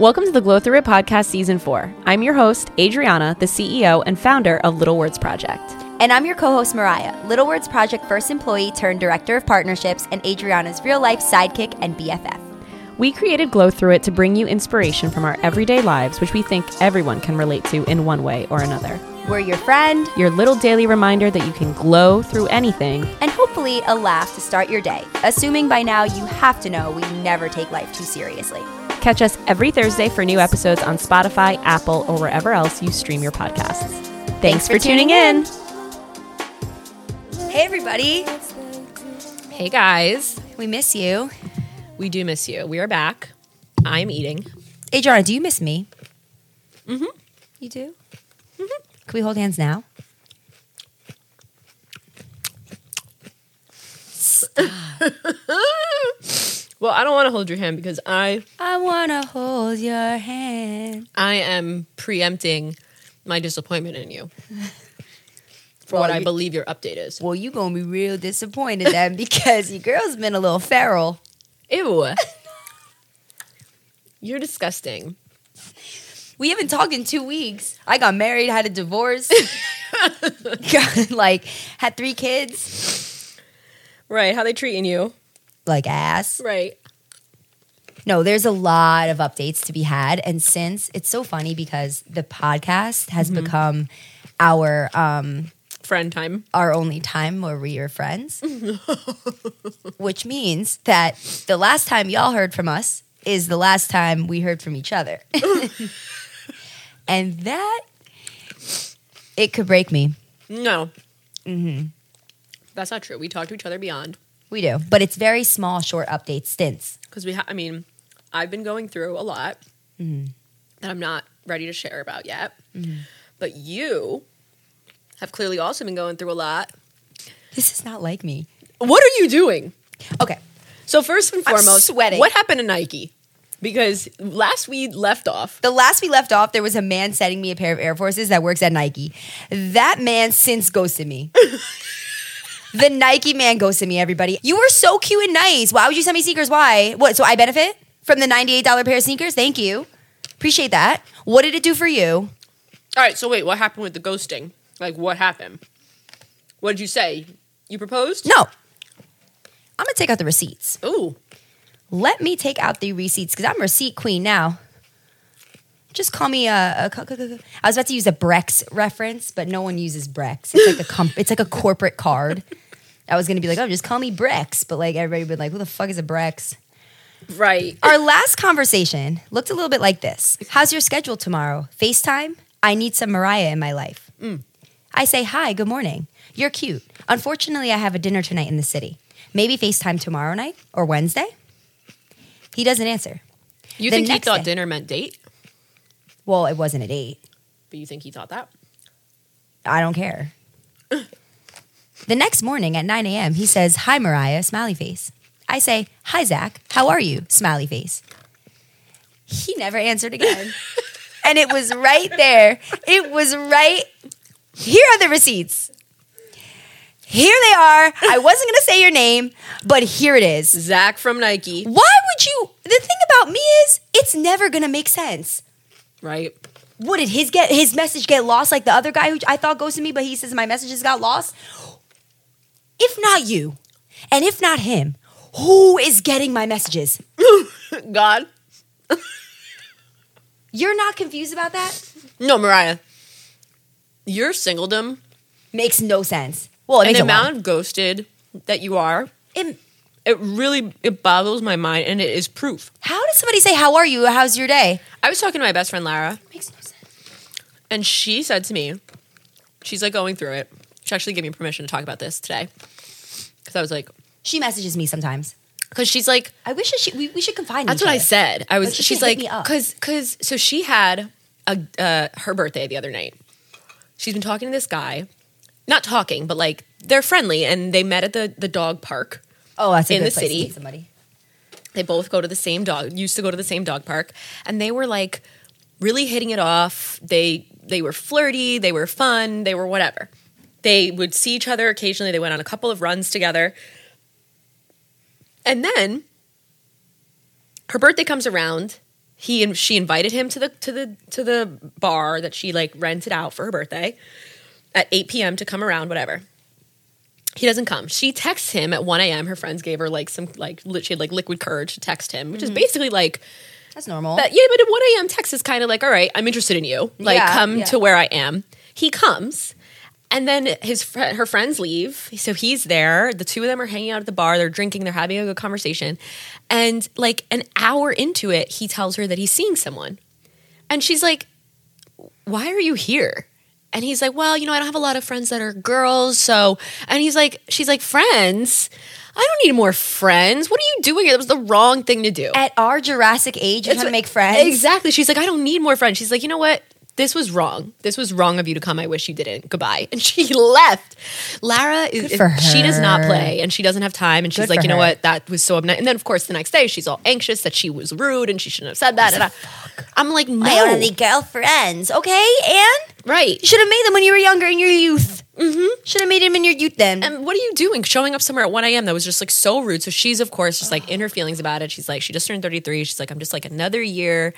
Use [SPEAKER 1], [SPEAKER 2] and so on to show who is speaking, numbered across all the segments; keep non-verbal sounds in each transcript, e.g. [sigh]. [SPEAKER 1] Welcome to the Glow Through It podcast season four. I'm your host, Adriana, the CEO and founder of Little Words Project.
[SPEAKER 2] And I'm your co host, Mariah, Little Words Project first employee turned director of partnerships and Adriana's real life sidekick and BFF.
[SPEAKER 1] We created Glow Through It to bring you inspiration from our everyday lives, which we think everyone can relate to in one way or another.
[SPEAKER 2] We're your friend
[SPEAKER 1] Your little daily reminder that you can glow through anything.
[SPEAKER 2] and hopefully a laugh to start your day, assuming by now you have to know we never take life too seriously.
[SPEAKER 1] Catch us every Thursday for new episodes on Spotify, Apple, or wherever else you stream your podcasts. Thanks, for, tuning in.
[SPEAKER 2] Hey, everybody.
[SPEAKER 3] Hey guys,
[SPEAKER 2] We miss you.
[SPEAKER 3] we do miss you. We are back. I'm eating.
[SPEAKER 2] Adriana, do you miss me? Mm hmm. You do? Mm hmm. Can we hold hands now?
[SPEAKER 3] Well, I don't want to hold your hand because I
[SPEAKER 2] I want to hold your hand.
[SPEAKER 3] I am preempting my disappointment in you for
[SPEAKER 2] Well,
[SPEAKER 3] what I
[SPEAKER 2] you-
[SPEAKER 3] believe your update is.
[SPEAKER 2] Well, you going to be real disappointed then [laughs] because your girl's been a little feral.
[SPEAKER 3] [laughs] Ew. You're disgusting.
[SPEAKER 2] We haven't talked in two weeks. I got married, had a divorce, got, like had three kids,
[SPEAKER 3] Right, how they treating you?
[SPEAKER 2] like ass.
[SPEAKER 3] Right.
[SPEAKER 2] No, there's a lot of updates to be had, and since it's so funny because the podcast has become our um
[SPEAKER 3] Friend time.
[SPEAKER 2] our only time where we are friends, which means that the last time y'all heard from us is the last time we heard from each other, [laughs] and that it could break me.
[SPEAKER 3] No. Mm-hmm. That's not true. We talk to each other beyond.
[SPEAKER 2] We do, but it's very small, short update stints.
[SPEAKER 3] because we ha- i mean i've been going through a lot Mm-hmm. that i'm not ready to share about yet but you have clearly also been going through a lot
[SPEAKER 2] This is not like me.
[SPEAKER 3] what are you doing
[SPEAKER 2] Okay,
[SPEAKER 3] so first and
[SPEAKER 2] I'm
[SPEAKER 3] foremost
[SPEAKER 2] sweating.
[SPEAKER 3] what happened to nike because last we left off
[SPEAKER 2] the last we left off, there was a man sending me a pair of Air Forces that works at Nike. That man since ghosted [laughs] me. the Nike man ghosted me. Everybody, you were so cute and nice. Why would you send me sneakers? Why? What? So I benefit from the ninety-eight dollar pair of sneakers. Thank you, appreciate that. What did it do for you?
[SPEAKER 3] all right so wait what happened with the ghosting like what happened what did you say you proposed
[SPEAKER 2] No, I'm gonna take out the receipts.
[SPEAKER 3] Ooh.
[SPEAKER 2] let me take out the receipts because I'm receipt queen now. Just call me a, a. cu- cu- cu- cu- I was about to use a Brex reference, but no one uses Brex. It's like a comp, It's like a corporate card. I was gonna be like, oh, just call me Brex, but like everybody would be like, who the fuck is a Brex?
[SPEAKER 3] right
[SPEAKER 2] Our last conversation looked a little bit like this. How's your schedule tomorrow? FaceTime? I need some Mariah in my life. I say, hi, good morning. You're cute. Unfortunately, I have a dinner tonight in the city. Maybe FaceTime tomorrow night or Wednesday? He doesn't answer.
[SPEAKER 3] you
[SPEAKER 2] The
[SPEAKER 3] think he
[SPEAKER 2] next
[SPEAKER 3] thought
[SPEAKER 2] day-
[SPEAKER 3] dinner meant date
[SPEAKER 2] Well, it wasn't at eight.
[SPEAKER 3] but you think he thought that
[SPEAKER 2] I don't care. the next morning at 9 a.m., he says, Hi, Mariah, smiley face. I say, Hi, Zach, how are you, smiley face. He never answered again. and it was right there. It was right. Here are the receipts. Here they are. I wasn't going to say your name, but here it is
[SPEAKER 3] zach from nike
[SPEAKER 2] why would you the thing about me is it's never gonna make sense
[SPEAKER 3] right
[SPEAKER 2] what did his get his message get lost like the other guy who i thought goes to me but he says my messages got lost if not you and if not him who is getting my messages
[SPEAKER 3] [laughs] god
[SPEAKER 2] you're not confused about that
[SPEAKER 3] No, Mariah, your singledom
[SPEAKER 2] makes no sense well it
[SPEAKER 3] and
[SPEAKER 2] makes
[SPEAKER 3] the
[SPEAKER 2] a lot.
[SPEAKER 3] amount of ghosted that you are,
[SPEAKER 2] It-
[SPEAKER 3] it really it boggles my mind, and it is proof.
[SPEAKER 2] how does somebody say how are you how's your day
[SPEAKER 3] I was talking to my best friend Lara,
[SPEAKER 2] makes no sense
[SPEAKER 3] and she said to me, she's like going through it. She actually gave me permission to talk about this today because I was like,
[SPEAKER 2] she messages me sometimes
[SPEAKER 3] because she's like,
[SPEAKER 2] i wish that she, we, we should confide in
[SPEAKER 3] That's
[SPEAKER 2] each
[SPEAKER 3] what I
[SPEAKER 2] other.
[SPEAKER 3] said. I was.
[SPEAKER 2] But she
[SPEAKER 3] she's
[SPEAKER 2] can't
[SPEAKER 3] like,
[SPEAKER 2] hit me up.
[SPEAKER 3] because because so she had a uh, her birthday the other night. She's been talking to this guy, not talking, but like they're friendly, and they met at the the dog park.
[SPEAKER 2] oh that's a
[SPEAKER 3] in
[SPEAKER 2] good
[SPEAKER 3] the
[SPEAKER 2] place to
[SPEAKER 3] city.
[SPEAKER 2] meet somebody
[SPEAKER 3] They both go to the same dog used to go to the same dog park, and they were like really hitting it off. They they were flirty. They were fun. They were whatever. They would see each other occasionally. They went on a couple of runs together, and then her birthday comes around, he and she invited him to the to the to the bar that she like rented out for her birthday at 8 p.m. to come around, whatever. He doesn't come. She texts him at 1 a.m. Her friends gave her like some like li- she had like liquid courage to text him, which is basically like
[SPEAKER 2] That's normal.
[SPEAKER 3] but yeah, but at 1 a.m. text is kind of like, all right, I'm interested in you. Like,
[SPEAKER 2] Yeah,
[SPEAKER 3] come
[SPEAKER 2] yeah.
[SPEAKER 3] to where I am. He comes, and then his fr- her friends leave. So he's there. The two of them are hanging out at the bar. They're drinking. They're having a good conversation. And like an hour into it, he tells her that he's seeing someone. And she's like, why are you here? And he's like, well, you know, I don't have a lot of friends that are girls. So, and he's like, she's like, friends? I don't need more friends. What are you doing here? That was the wrong thing to do.
[SPEAKER 2] At our Jurassic age, you're trying
[SPEAKER 3] That's
[SPEAKER 2] to
[SPEAKER 3] what-
[SPEAKER 2] make friends.
[SPEAKER 3] Exactly. She's like, I don't need more friends. She's like, you know what? This was wrong. This was wrong of you to come. I wish you didn't. Goodbye. And she [laughs] left. Lara is,
[SPEAKER 2] for
[SPEAKER 3] she does not
[SPEAKER 2] her.
[SPEAKER 3] play and she doesn't have time. And she's
[SPEAKER 2] Good
[SPEAKER 3] like,
[SPEAKER 2] for
[SPEAKER 3] you know
[SPEAKER 2] her.
[SPEAKER 3] what? That was so obnoxious. And then, of course, the next day she's all anxious that she was rude and she shouldn't have said that. And I, I'm like,
[SPEAKER 2] I don't have
[SPEAKER 3] no.
[SPEAKER 2] any girlfriends. Okay, Anne?
[SPEAKER 3] Right.
[SPEAKER 2] You should have made them when you were younger in your youth. Mm-hmm. Should have made them in your youth then.
[SPEAKER 3] And what are you doing? Showing up somewhere at 1 a.m. That was just like so rude. So she's, of course, just like in her feelings about it. She's like, she just turned 33. She's like, I'm just like another year.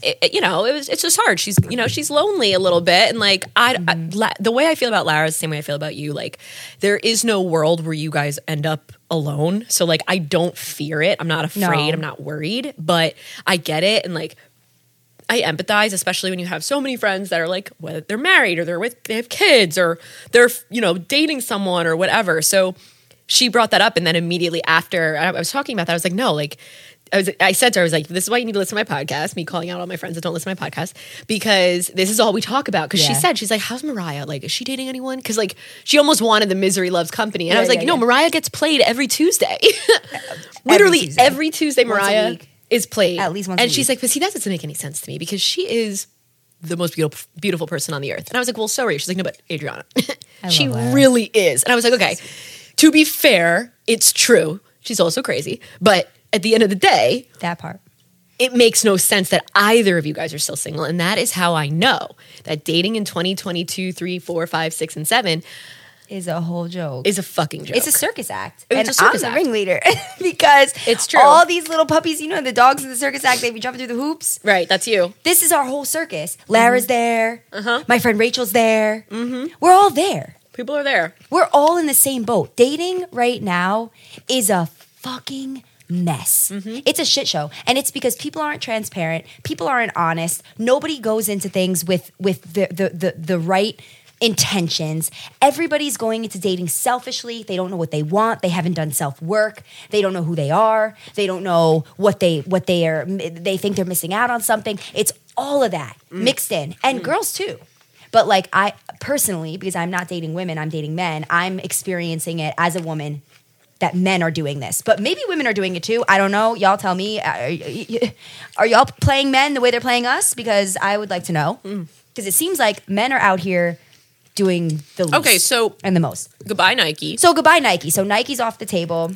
[SPEAKER 3] It- it- you know, it was, it's just hard. She's, you know, she's lonely a little bit. And like, I, I- La- the way I feel about Lara is the same way I feel about you. Like, there is no world where you guys end up alone. So like, I don't fear it. I'm not afraid.
[SPEAKER 2] No.
[SPEAKER 3] I'm not worried, but I get it. And like, I empathize, especially when you have so many friends that are like, whether they're married or they're with, they have kids or they're, you know, dating someone or whatever. So she brought that up. And then immediately after I I was talking about that, I was like, no, like, I, was, I said to her, I was like, this is why you need to listen to my podcast, me calling out all my friends that don't listen to my podcast, because this is all we talk about. Because she
[SPEAKER 2] Yeah.
[SPEAKER 3] said, she's like, how's Mariah? Like, is she dating anyone? Because, like, she almost wanted the Misery Loves Company. And I
[SPEAKER 2] Yeah,
[SPEAKER 3] was like,
[SPEAKER 2] yeah,
[SPEAKER 3] no,
[SPEAKER 2] yeah.
[SPEAKER 3] Mariah gets played every Tuesday. [laughs] Literally
[SPEAKER 2] Tuesday.
[SPEAKER 3] every Tuesday,
[SPEAKER 2] Once a
[SPEAKER 3] Mariah
[SPEAKER 2] week.
[SPEAKER 3] is played
[SPEAKER 2] At least once a
[SPEAKER 3] And she's
[SPEAKER 2] week.
[SPEAKER 3] like, but see, that doesn't make any sense to me because she is the most beautiful beautiful person on the earth. And I was like, well, so are you. She's like, no, but Adriana, [laughs]
[SPEAKER 2] I
[SPEAKER 3] she
[SPEAKER 2] love Lara.
[SPEAKER 3] really is. And I was like, okay. To be fair, it's true. She's also crazy, but at the end of the day,
[SPEAKER 2] that part.
[SPEAKER 3] it makes no sense that either of you guys are still single. And that is how I know that dating in 2022, 3, 4, 5, 6, and 7
[SPEAKER 2] Is a whole joke.
[SPEAKER 3] is a fucking joke.
[SPEAKER 2] It's a circus act.
[SPEAKER 3] It's
[SPEAKER 2] and
[SPEAKER 3] a circus
[SPEAKER 2] I'm
[SPEAKER 3] act.
[SPEAKER 2] the ringleader [laughs] because
[SPEAKER 3] It's true.
[SPEAKER 2] All these little puppies, you know, the dogs in the circus act, they be jumping through the hoops.
[SPEAKER 3] right, that's you.
[SPEAKER 2] This is our whole circus. Lara's there.
[SPEAKER 3] Uh-huh.
[SPEAKER 2] My friend Rachel's there. Mm-hmm. We're all there.
[SPEAKER 3] People are there.
[SPEAKER 2] We're all in the same boat. Dating right now is a fucking mess. It's a shit show. And it's because people aren't transparent, people aren't honest, nobody goes into things with with the the the, the right intentions. Everybody's going into dating selfishly. They don't know what they want. They haven't done self-work. They don't know who they are. They don't know what they what they are they think they're missing out on something. It's all of that mixed in. And girls too. But like I personally, because I'm not dating women, I'm dating men. I'm experiencing it as a woman that men are doing this, but maybe women are doing it too. I don't know. Y'all tell me. Uh, Are, y- y- are y'all playing men the way they're playing us? Because I would like to know.
[SPEAKER 3] Mm.
[SPEAKER 2] Because it seems like men are out here doing the least
[SPEAKER 3] Okay, so
[SPEAKER 2] and the most.
[SPEAKER 3] goodbye, Nike.
[SPEAKER 2] So goodbye, Nike. So Nike's off the table,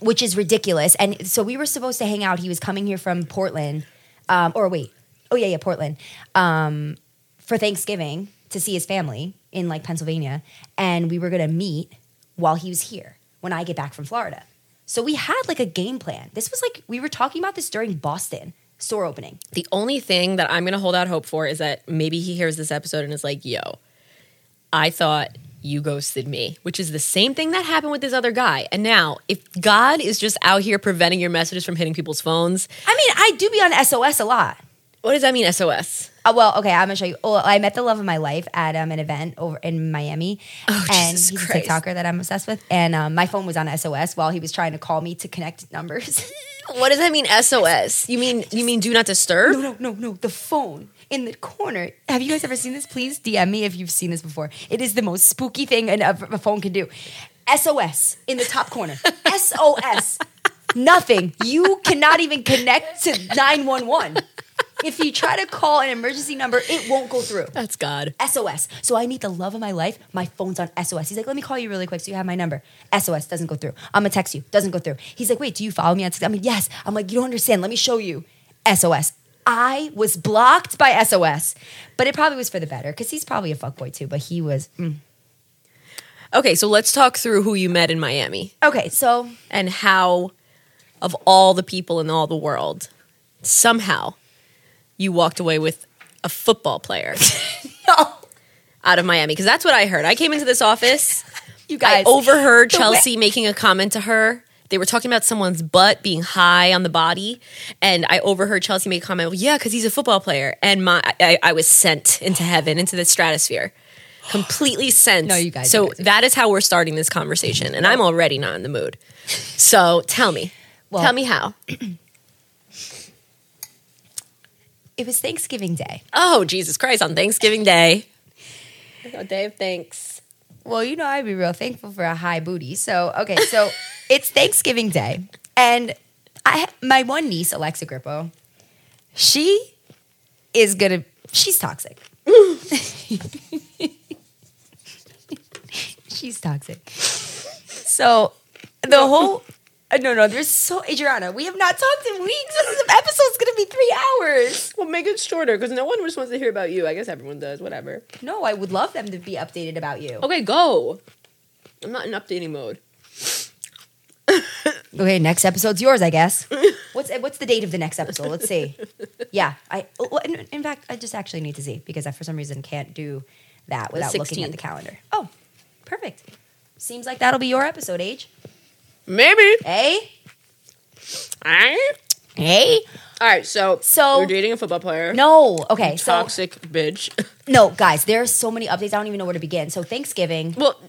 [SPEAKER 2] which is ridiculous. And so we were supposed to hang out. He was coming here from Portland, um, or wait, oh yeah, yeah, Portland, um, for Thanksgiving to see his family in like Pennsylvania, and we were gonna meet while he was here when I get back from Florida. So we had like a game plan. This was like we were talking about this during Boston store opening.
[SPEAKER 3] The only thing that I'm going to hold out hope for is that maybe he hears this episode and is like, yo, I thought you ghosted me, which is the same thing that happened with this other guy. And now, if God is just out here preventing your messages from hitting people's phones,
[SPEAKER 2] I mean, I do be on SOS a lot.
[SPEAKER 3] what does that mean, SOS?
[SPEAKER 2] Uh, well, okay, I'm gonna show you. Oh, I met the love of my life at um, an event over in Miami,
[SPEAKER 3] Oh,
[SPEAKER 2] and
[SPEAKER 3] Jesus
[SPEAKER 2] he's
[SPEAKER 3] Christ.
[SPEAKER 2] a TikToker that I'm obsessed with. And um, my phone was on SOS while he was trying to call me to connect [laughs] numbers.
[SPEAKER 3] What does that mean, SOS? You mean you mean do not disturb?
[SPEAKER 2] no, no, no, no, the phone in the corner. Have you guys ever seen this? Please DM me if you've seen this before. It is the most spooky thing an, a, a phone can do. SOS in the top
[SPEAKER 3] [laughs]
[SPEAKER 2] corner. SOS. Nothing. You cannot even connect to 911. If you try to call an emergency number, it won't go through.
[SPEAKER 3] That's God.
[SPEAKER 2] SOS. So I need the love of my life. My phone's on SOS. He's like, let me call you really quick so you have my number. SOS doesn't go through. I'm gonna text you. Doesn't go through. He's like, wait, do you follow me on TikTok? I'm like, yes. I'm like, you don't understand. Let me show you. SOS. I was blocked by SOS, but it probably was for the better because he's probably a fuckboy too. But he was mm.
[SPEAKER 3] Okay, so let's talk through who you met in Miami
[SPEAKER 2] okay. So [laughs]
[SPEAKER 3] and how of all the people in all the world, somehow you walked away with a football player [laughs] out of Miami because that's what I heard. I came into this
[SPEAKER 2] [laughs]
[SPEAKER 3] office.
[SPEAKER 2] You guys
[SPEAKER 3] I overheard
[SPEAKER 2] the way-
[SPEAKER 3] Chelsea making a comment to her. They were talking about someone's butt being high on the body, and I overheard Chelsea make a comment. Yeah, because he's a football player, and my I, I was sent into heaven, into the stratosphere,
[SPEAKER 2] [gasps]
[SPEAKER 3] completely sent.
[SPEAKER 2] No, you guys-
[SPEAKER 3] So
[SPEAKER 2] you guys-
[SPEAKER 3] that is how we're starting this conversation, and I'm already not in the mood. So tell me,
[SPEAKER 2] Well-
[SPEAKER 3] tell me how.
[SPEAKER 2] It was Thanksgiving Day.
[SPEAKER 3] Oh Jesus Christ! On Thanksgiving Day,
[SPEAKER 2] Oh,
[SPEAKER 3] a day of thanks.
[SPEAKER 2] Well, you know, I'd be real thankful for a high booty. So, okay, [laughs] so it's Thanksgiving Day, and I my one niece, Alexa Grippo, she is gonna. She's [laughs] toxic. she's toxic. So the whole. uh, No, no, there's so Adriana. We have not talked in weeks. This episode's gonna be three hours.
[SPEAKER 3] Well, make it shorter because no one just wants to hear about you. I guess everyone does. Whatever.
[SPEAKER 2] No, I would love them to be updated about you.
[SPEAKER 3] Okay, go. I'm not in updating mode.
[SPEAKER 2] Okay, next episode's yours, I guess. what's what's the date of the next episode? Let's see. Yeah, I well, in, in fact, I just actually need to see because I for some reason can't do that without looking at the
[SPEAKER 3] 16th.
[SPEAKER 2] calendar. Oh, perfect. Seems like that'll be your episode, Age.
[SPEAKER 3] Maybe.
[SPEAKER 2] Hey,
[SPEAKER 3] All
[SPEAKER 2] hey.
[SPEAKER 3] right, so
[SPEAKER 2] So-
[SPEAKER 3] you're dating a football player.
[SPEAKER 2] No. Okay. So
[SPEAKER 3] toxic bitch.
[SPEAKER 2] no, guys, there are so many updates. I don't even know where to begin. So Thanksgiving.
[SPEAKER 3] Well,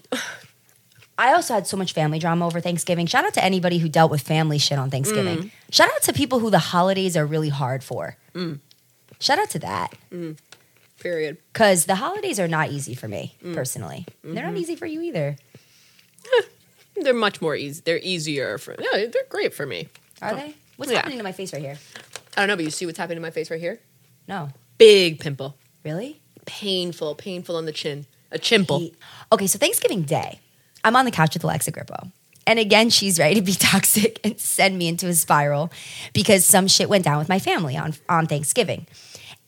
[SPEAKER 2] I also had so much family drama over Thanksgiving. Shout out to anybody who dealt with family shit on Thanksgiving. Shout out to people who the holidays are really hard for. Shout out to that.
[SPEAKER 3] [laughs] period.
[SPEAKER 2] because the holidays are not easy for me personally. They're not easy for you either,
[SPEAKER 3] They're much more easy. They're easier for. Yeah, they're great for me.
[SPEAKER 2] are they? What's
[SPEAKER 3] Yeah.
[SPEAKER 2] happening to my face right here?
[SPEAKER 3] I don't know, but you see what's happening to my face right here?
[SPEAKER 2] No,
[SPEAKER 3] Big pimple.
[SPEAKER 2] really?
[SPEAKER 3] Painful, painful on the chin. A chimple.
[SPEAKER 2] He- Okay, so Thanksgiving Day, I'm on the couch with Alexa Grippo. And again, she's ready to be [laughs] toxic and send me into a spiral because some shit went down with my family on, on Thanksgiving.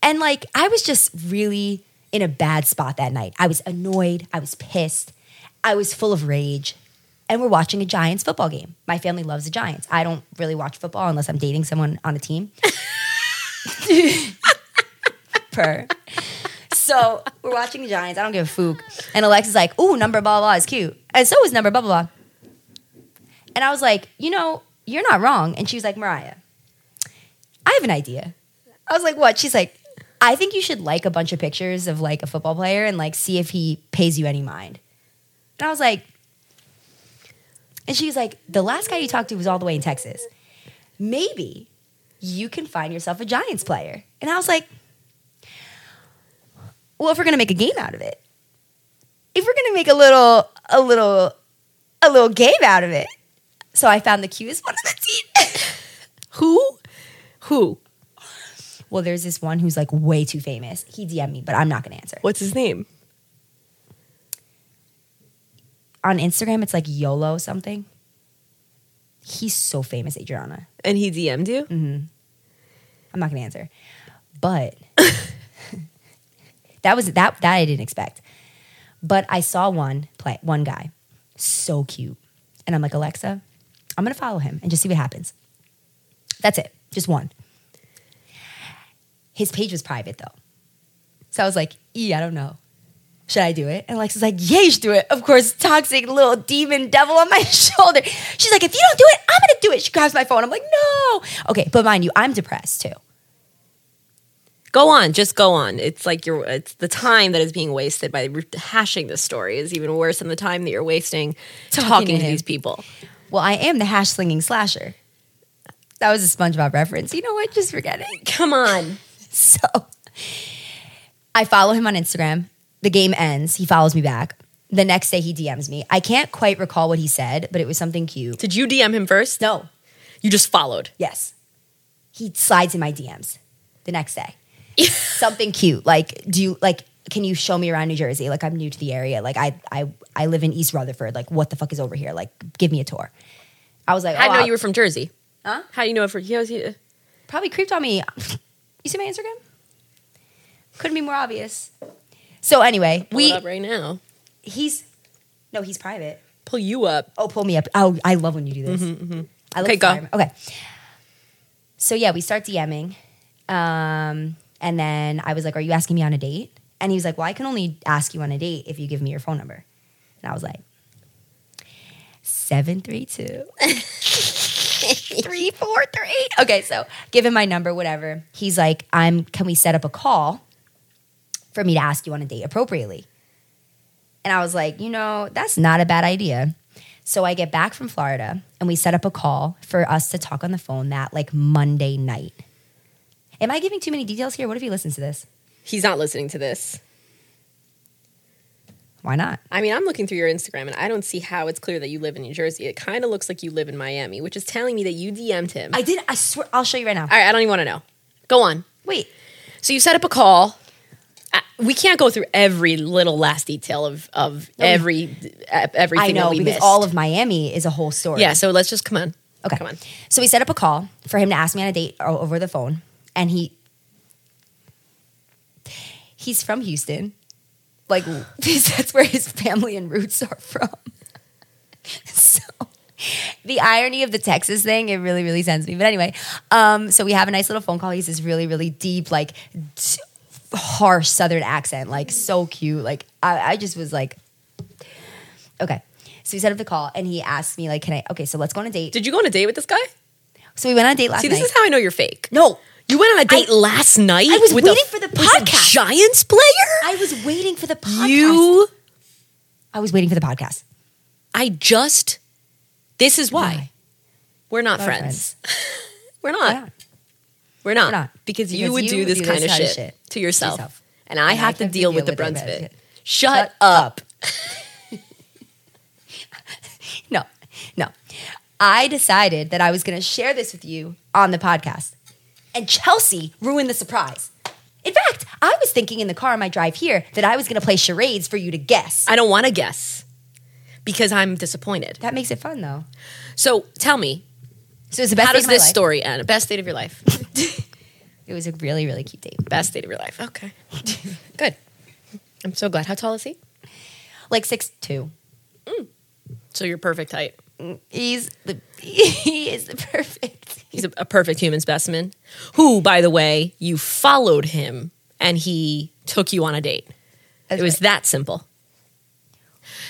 [SPEAKER 2] And like, I was just really in a bad spot that night. I was annoyed, I was pissed, I was full of rage. And we're watching a Giants football game. My family loves the Giants. I don't really watch football unless I'm dating someone on a team. [laughs] Per. So we're watching the Giants. I don't give a fook. And Alexa's like, ooh, number blah blah is cute. And so is number blah blah blah. And I was like, you know, you're not wrong. And she was like, Mariah, I have an idea. I was like, what? She's like, I think you should like a bunch of pictures of like a football player and like see if he pays you any mind. And I was like, and she was like, the last guy you talked to was all the way in Texas. Maybe you can find yourself a Giants player. And I was like, well, if we're gonna make a game out of it, if we're gonna make a little, a little, a little game out of it, so I found the cutest one on the [laughs] team.
[SPEAKER 3] Who? Who?
[SPEAKER 2] well, there's this one who's like way too famous. He DM'd me, but I'm not gonna answer.
[SPEAKER 3] What's his name?
[SPEAKER 2] On Instagram, it's like YOLO something. He's so famous, Adriana.
[SPEAKER 3] And he DM'd you?
[SPEAKER 2] I'm not gonna answer, but [laughs] that was that that I didn't expect. But I saw one play, one guy, so cute, and I'm like Alexa, I'm gonna follow him and just see what happens. That's it, just one. His page was private though, so I was like, E, I don't know. Should I do it? And Alexa's like, Yeah, you should do it. Of course, toxic little demon devil on my [laughs] shoulder. She's like, If you don't do it, I'm gonna do it. She grabs my phone. I'm like, No. Okay, but mind you, I'm depressed too.
[SPEAKER 3] Go on, just go on. It's like you're. It's the time that is being wasted by re- hashing this story is even worse than the time that you're wasting talking,
[SPEAKER 2] to
[SPEAKER 3] to,
[SPEAKER 2] him.
[SPEAKER 3] these people.
[SPEAKER 2] Well, I am the hash slinging slasher. That was a SpongeBob reference. You know what? Just forget it. [laughs]
[SPEAKER 3] Come on.
[SPEAKER 2] So I follow him on Instagram. The game ends. He follows me back. The next day, he DMs me. I can't quite recall what he said, but it was something cute.
[SPEAKER 3] Did you DM him first?
[SPEAKER 2] No,
[SPEAKER 3] You just followed.
[SPEAKER 2] Yes. He slides in my DMs the next day.
[SPEAKER 3] [laughs]
[SPEAKER 2] Something cute. Like, do you like can you show me around New Jersey? Like I'm new to the area. Like I I I live in East Rutherford. Like what the fuck is over here? Like give me a tour. I was like,
[SPEAKER 3] How
[SPEAKER 2] oh,
[SPEAKER 3] do you know
[SPEAKER 2] I'll-
[SPEAKER 3] you were from Jersey?
[SPEAKER 2] Huh?
[SPEAKER 3] How do you know for he was he?
[SPEAKER 2] probably creeped on me. you see my Instagram? Couldn't be more obvious. So anyway,
[SPEAKER 3] We
[SPEAKER 2] we
[SPEAKER 3] up right now.
[SPEAKER 2] he's no, he's private.
[SPEAKER 3] Pull you up.
[SPEAKER 2] Oh, pull me up. Oh, I love when you do this. I love
[SPEAKER 3] Mm-hmm, Okay, go.
[SPEAKER 2] firemen. Okay. So yeah, we start DMing. Um, and then I was like, Are you asking me on a date? And he was like, Well, I can only ask you on a date if you give me your phone number. And I was like,
[SPEAKER 3] [laughs]
[SPEAKER 2] 732 343. Okay, so give him my number, whatever. He's like, I'm can we set up a call for me to ask you on a date appropriately? And I was like, you know, that's not a bad idea. So I get back from Florida and we set up a call for us to talk on the phone that like Monday night. Am I giving too many details here? What if he listens to this?
[SPEAKER 3] He's not listening to this.
[SPEAKER 2] Why not?
[SPEAKER 3] I mean, I'm looking through your Instagram and I don't see how it's clear that you live in New Jersey. It kind of looks like you live in Miami, which is telling me that you DM'd him.
[SPEAKER 2] I did. I swear. I'll show you right now.
[SPEAKER 3] All right, I don't even want to know. Go on.
[SPEAKER 2] Wait.
[SPEAKER 3] So you set up a call. I- We can't go through every little last detail of of every e- everything.
[SPEAKER 2] I know
[SPEAKER 3] that we
[SPEAKER 2] because
[SPEAKER 3] missed.
[SPEAKER 2] all of Miami is a whole story.
[SPEAKER 3] yeah. So let's just come on.
[SPEAKER 2] Okay.
[SPEAKER 3] come on.
[SPEAKER 2] So we set up a call for him to ask me on a date o- over the phone, and he he's from Houston, like [laughs] that's where his family and roots are from. [laughs] so the irony of the Texas thing, it really, really sends me. But anyway, um, so we have a nice little phone call. He's this really, really deep, like t- harsh Southern accent, like so cute. Like I, I just was like, okay. So we set up the call, and he asked me, like, "Can I?" Okay, so let's go on a date.
[SPEAKER 3] Did you go on a date with this guy?
[SPEAKER 2] So we went on a date last
[SPEAKER 3] See,
[SPEAKER 2] night.
[SPEAKER 3] this is how I know you're fake.
[SPEAKER 2] no,
[SPEAKER 3] You went on a date last night.
[SPEAKER 2] I was
[SPEAKER 3] with
[SPEAKER 2] waiting
[SPEAKER 3] a,
[SPEAKER 2] for the
[SPEAKER 3] with a
[SPEAKER 2] podcast.
[SPEAKER 3] Giants player.
[SPEAKER 2] I was waiting for the podcast.
[SPEAKER 3] you.
[SPEAKER 2] I was waiting for the podcast.
[SPEAKER 3] I just. This is why
[SPEAKER 2] Why?
[SPEAKER 3] we're not
[SPEAKER 2] We're
[SPEAKER 3] friends. [laughs] we're
[SPEAKER 2] Why
[SPEAKER 3] not.
[SPEAKER 2] not?
[SPEAKER 3] We're not.
[SPEAKER 2] We're not.
[SPEAKER 3] Because, you
[SPEAKER 2] Because
[SPEAKER 3] would
[SPEAKER 2] you
[SPEAKER 3] do
[SPEAKER 2] would
[SPEAKER 3] this
[SPEAKER 2] do
[SPEAKER 3] kind
[SPEAKER 2] this
[SPEAKER 3] of
[SPEAKER 2] kind of
[SPEAKER 3] shit,
[SPEAKER 2] shit
[SPEAKER 3] to yourself.
[SPEAKER 2] yourself.
[SPEAKER 3] And I
[SPEAKER 2] And
[SPEAKER 3] have to deal with the brunt of it. Shut
[SPEAKER 2] Shut
[SPEAKER 3] up.
[SPEAKER 2] [laughs] No, no. I decided that I was going to share this with you on the podcast, and Chelsea ruined the surprise. In fact, I was thinking in the car on my drive here that I was going to play charades for you to guess.
[SPEAKER 3] I don't want to guess because I'm disappointed.
[SPEAKER 2] That makes it fun, though.
[SPEAKER 3] So tell me,
[SPEAKER 2] So it's the best
[SPEAKER 3] how
[SPEAKER 2] date
[SPEAKER 3] does
[SPEAKER 2] of my
[SPEAKER 3] this
[SPEAKER 2] life.
[SPEAKER 3] story end? Best date of your life.
[SPEAKER 2] It was a really, really cute date.
[SPEAKER 3] [laughs] Best date of your life. Okay. Good. I'm so glad. How tall is he?
[SPEAKER 2] Like six two.
[SPEAKER 3] So you're perfect height.
[SPEAKER 2] He's the [laughs] he is the perfect.
[SPEAKER 3] He's a, a perfect human specimen. Who, by the way, you followed him and he took you on a date.
[SPEAKER 2] That's
[SPEAKER 3] it was
[SPEAKER 2] right.
[SPEAKER 3] that simple.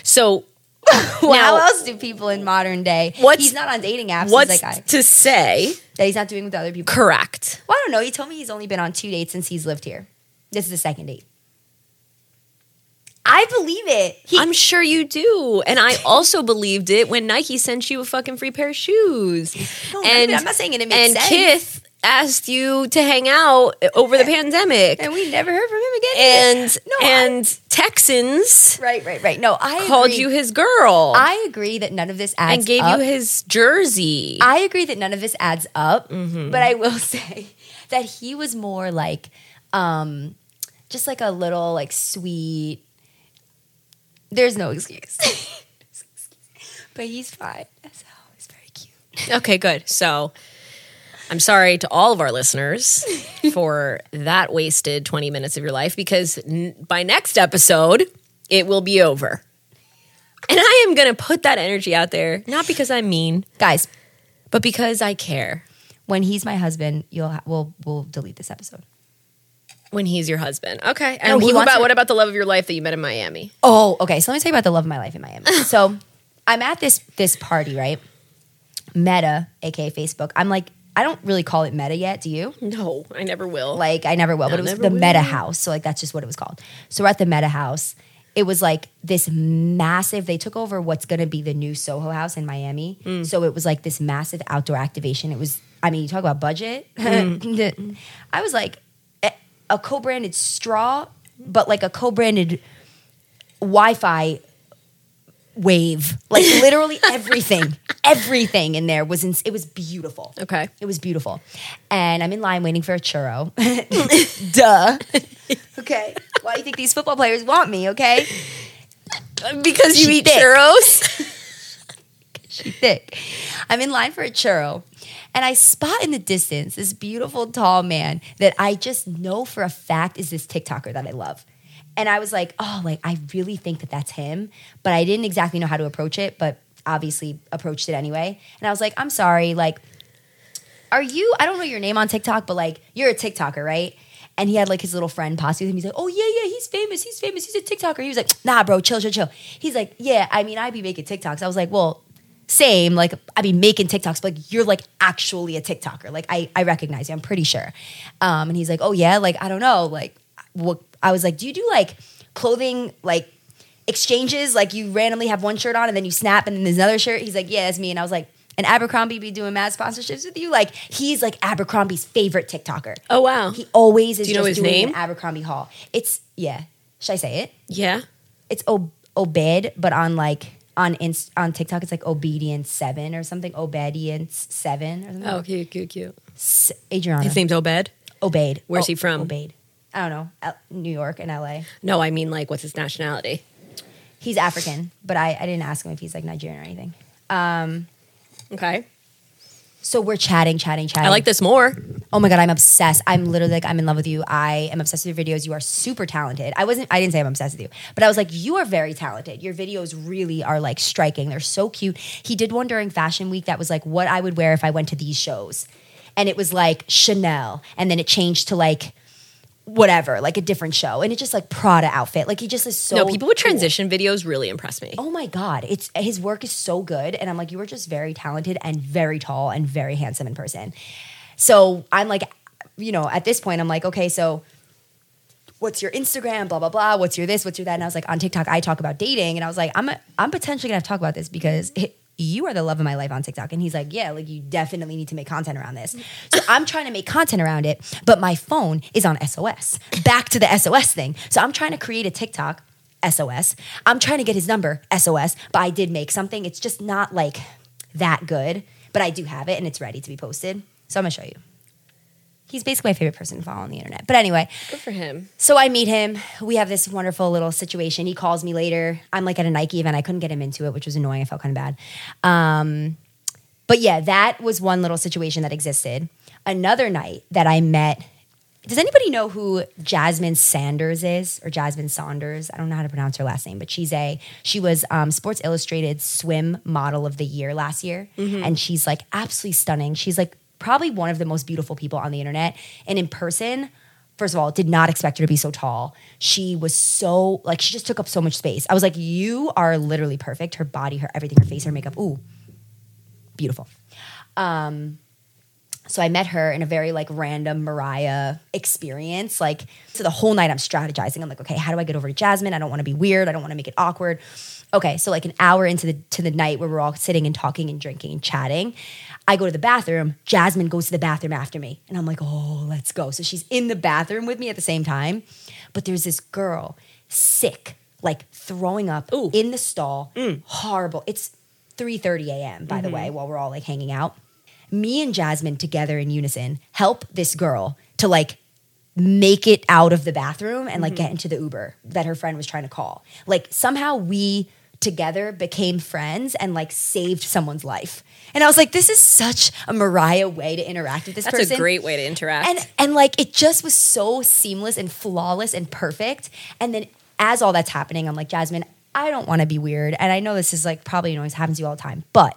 [SPEAKER 3] So
[SPEAKER 2] Well, how
[SPEAKER 3] now-
[SPEAKER 2] else do people in modern day?
[SPEAKER 3] What's-
[SPEAKER 2] he's not on dating apps. What's
[SPEAKER 3] what's
[SPEAKER 2] that guy
[SPEAKER 3] to say?
[SPEAKER 2] that he's not doing with other people?
[SPEAKER 3] Correct.
[SPEAKER 2] Well, I don't know. He told me he's only been on two dates since he's lived here. This is the second date. I believe it. He,
[SPEAKER 3] I'm sure you do. And I also believed it when Nike sent you a fucking free pair of shoes.
[SPEAKER 2] No, not
[SPEAKER 3] and
[SPEAKER 2] even- I'm not saying it, it makes
[SPEAKER 3] and
[SPEAKER 2] sense.
[SPEAKER 3] Kith asked you to hang out over the pandemic.
[SPEAKER 2] and we never heard from him again.
[SPEAKER 3] And
[SPEAKER 2] No, I-
[SPEAKER 3] and Texans
[SPEAKER 2] right, right, right. No, I
[SPEAKER 3] called
[SPEAKER 2] agree.
[SPEAKER 3] you his girl
[SPEAKER 2] I agree that none of this adds
[SPEAKER 3] and gave
[SPEAKER 2] up.
[SPEAKER 3] you his jersey.
[SPEAKER 2] I agree that none of this adds up, but I will [laughs] say that he was more like, um, just like a little like sweet. There's no excuse, [laughs] but he's fine. So he's very cute.
[SPEAKER 3] okay, good. So I'm sorry to all of our listeners [laughs] for that wasted 20 minutes of your life because n- by next episode, it will be over. And I am going to put that energy out there, not because I'm mean,
[SPEAKER 2] Guys,
[SPEAKER 3] but because I care
[SPEAKER 2] when he's my husband, you'll ha- we'll we'll delete this episode.
[SPEAKER 3] when he's your husband. Okay. And
[SPEAKER 2] No, he
[SPEAKER 3] who
[SPEAKER 2] wants
[SPEAKER 3] about,
[SPEAKER 2] her-
[SPEAKER 3] what about the love of your life that you met in Miami?
[SPEAKER 2] Oh, okay. So let me tell you about the love of my life in Miami. so I'm at this this party, right? Meta, aka Facebook. I'm like, I don't really call it Meta yet. Do you?
[SPEAKER 3] No, I never will.
[SPEAKER 2] Like I never will, but it was
[SPEAKER 3] never
[SPEAKER 2] the
[SPEAKER 3] will.
[SPEAKER 2] Meta House. So like that's just what it was called. So we're at the Meta House. It was like this massive. They took over what's going to be the new Soho House in Miami.
[SPEAKER 3] Mm.
[SPEAKER 2] So it was like this massive outdoor activation. It was. I mean, you talk about budget. [laughs]
[SPEAKER 3] Mm.
[SPEAKER 2] I was like eh, a co-branded straw, but like a co-branded Wi-Fi wave. Like literally everything, everything in there was. In, it was beautiful.
[SPEAKER 3] okay.
[SPEAKER 2] It was beautiful. And I'm in line waiting for a churro. [laughs] Duh. okay. Why do you think these football players want me? Okay.
[SPEAKER 3] Because you
[SPEAKER 2] She
[SPEAKER 3] eat
[SPEAKER 2] thick.
[SPEAKER 3] churros?
[SPEAKER 2] She thick. I'm in line for a churro. And I spot in the distance this beautiful tall man that I just know for a fact is this TikToker that I love. And I was like, oh, like I really think that that's him, but I didn't exactly know how to approach it, but obviously approached it anyway. And I was like, I'm sorry, like, Are you? I don't know your name on TikTok, but like you're a TikToker, right? And he had like his little friend posse with him. He's like, "Oh yeah, yeah, he's famous. He's famous. He's a TikToker." He was like, "Nah, bro, chill, chill, chill." He's like, "Yeah, I mean, I be making TikToks." I was like, "Well, same. Like, I be making TikToks, but like, you're like actually a TikToker. Like, I I recognize you. I'm pretty sure." Um, and he's like, "Oh yeah, like I don't know, like what?" I was like, "Do you do like clothing like exchanges, like you randomly have one shirt on and then you snap and then there's another shirt. He's like, yeah, that's me. And I was like, and Abercrombie be doing mad sponsorships with you? Like, he's like Abercrombie's favorite TikTker.
[SPEAKER 3] Oh, wow.
[SPEAKER 2] He always is
[SPEAKER 3] Do you know
[SPEAKER 2] just
[SPEAKER 3] his
[SPEAKER 2] doing
[SPEAKER 3] name?
[SPEAKER 2] an Abercrombie haul. It's, yeah. Should I say it?
[SPEAKER 3] [laughs] Yeah.
[SPEAKER 2] It's Ob- Obed, but on like, on inst- on TikTok, it's like Obedience 7 or something. Obedience 7 or something.
[SPEAKER 3] Oh, cute, cute, cute.
[SPEAKER 2] S- Adriana.
[SPEAKER 3] His name's Obed.
[SPEAKER 2] Obed.
[SPEAKER 3] Where's he from?
[SPEAKER 2] Obed. I don't know. L- New York and LA.
[SPEAKER 3] No, I mean like what's his nationality?
[SPEAKER 2] He's African, but I, I didn't ask him if he's like Nigerian or anything.
[SPEAKER 3] Okay.
[SPEAKER 2] So we're chatting, chatting, chatting.
[SPEAKER 3] I like this more.
[SPEAKER 2] Oh my god, I'm obsessed. I'm literally like, I'm in love with you. I am obsessed with your videos. You are super talented. I wasn't. I didn't say I'm obsessed with you, but I was like, you are very talented. Your videos really are like striking. They're so cute. He did one during Fashion Week that was like, what I would wear if I went to these shows, and it was like Chanel, and then it changed to like whatever, like a different show, and it just like Prada outfit. Like he just is so.
[SPEAKER 3] no, people with
[SPEAKER 2] cool.
[SPEAKER 3] transition videos really impress me.
[SPEAKER 2] [laughs] Oh my God. It's his work is so good. And I'm like, you are just very talented and very tall and very handsome in person. So I'm like, you know, at this point, I'm like, okay, so what's your Instagram? Blah, blah, blah. What's your this? What's your that? And I was like, on TikTok, I talk about dating. And I was like, I'm, I'm potentially gonna have to talk about this because you are the love of my life on TikTok. And he's like, yeah, like you definitely need to make content around this. So I'm trying to make content around it, but my phone is on SOS. Back to the SOS thing. So I'm trying to create a TikTok. SOS. I'm trying to get his number, SOS, but I did make something. It's just not like that good, but I do have it and it's ready to be posted. So I'm gonna show you. He's basically my favorite person to follow on the internet. But anyway,
[SPEAKER 3] Good for him.
[SPEAKER 2] so I meet him. We have this wonderful little situation. He calls me later. I'm like at a Nike event. I couldn't get him into it, which was annoying. I felt kind of bad. Um, but yeah, that was one little situation that existed. Another night that I met. Does anybody know who Jasmine Sanders is or Jasmine Saunders? I don't know how to pronounce her last name, but she's a she was um, Sports Illustrated swim model of the year last year, and she's like absolutely stunning. She's like probably one of the most beautiful people on the internet, and in person, first of all, did not expect her to be so tall. She was so like she just took up so much space. I was like, you are literally perfect. Her body, her everything, her face, her makeup. Ooh, beautiful. Um, so I met her in a very like random Mariah experience. Like, so the whole night I'm strategizing. I'm like, okay, how do I get over to Jasmine? I don't want to be weird. I don't want to make it awkward. Okay, so like an hour into the to the night where we're all sitting and talking and drinking and chatting, I go to the bathroom. Jasmine goes to the bathroom after me, and I'm like, oh, let's go. So she's in the bathroom with me at the same time, but there's this girl sick, like throwing up
[SPEAKER 3] Ooh.
[SPEAKER 2] in the stall. Horrible. It's 3:30 a.m. by the way, while we're all like hanging out. Me and Jasmine together in unison help this girl to like make it out of the bathroom and like
[SPEAKER 3] Mm-hmm.
[SPEAKER 2] get into the Uber that her friend was trying to call. Like somehow we together became friends and like saved someone's life. And I was like, this is such a Mariah way to interact with this
[SPEAKER 3] That's
[SPEAKER 2] person.
[SPEAKER 3] a great way to interact.
[SPEAKER 2] And and like it just was so seamless and flawless and perfect. And then as all that's happening, I'm like, Jasmine, I don't want to be weird. And I know this is like probably you know, it happens to you all the time, but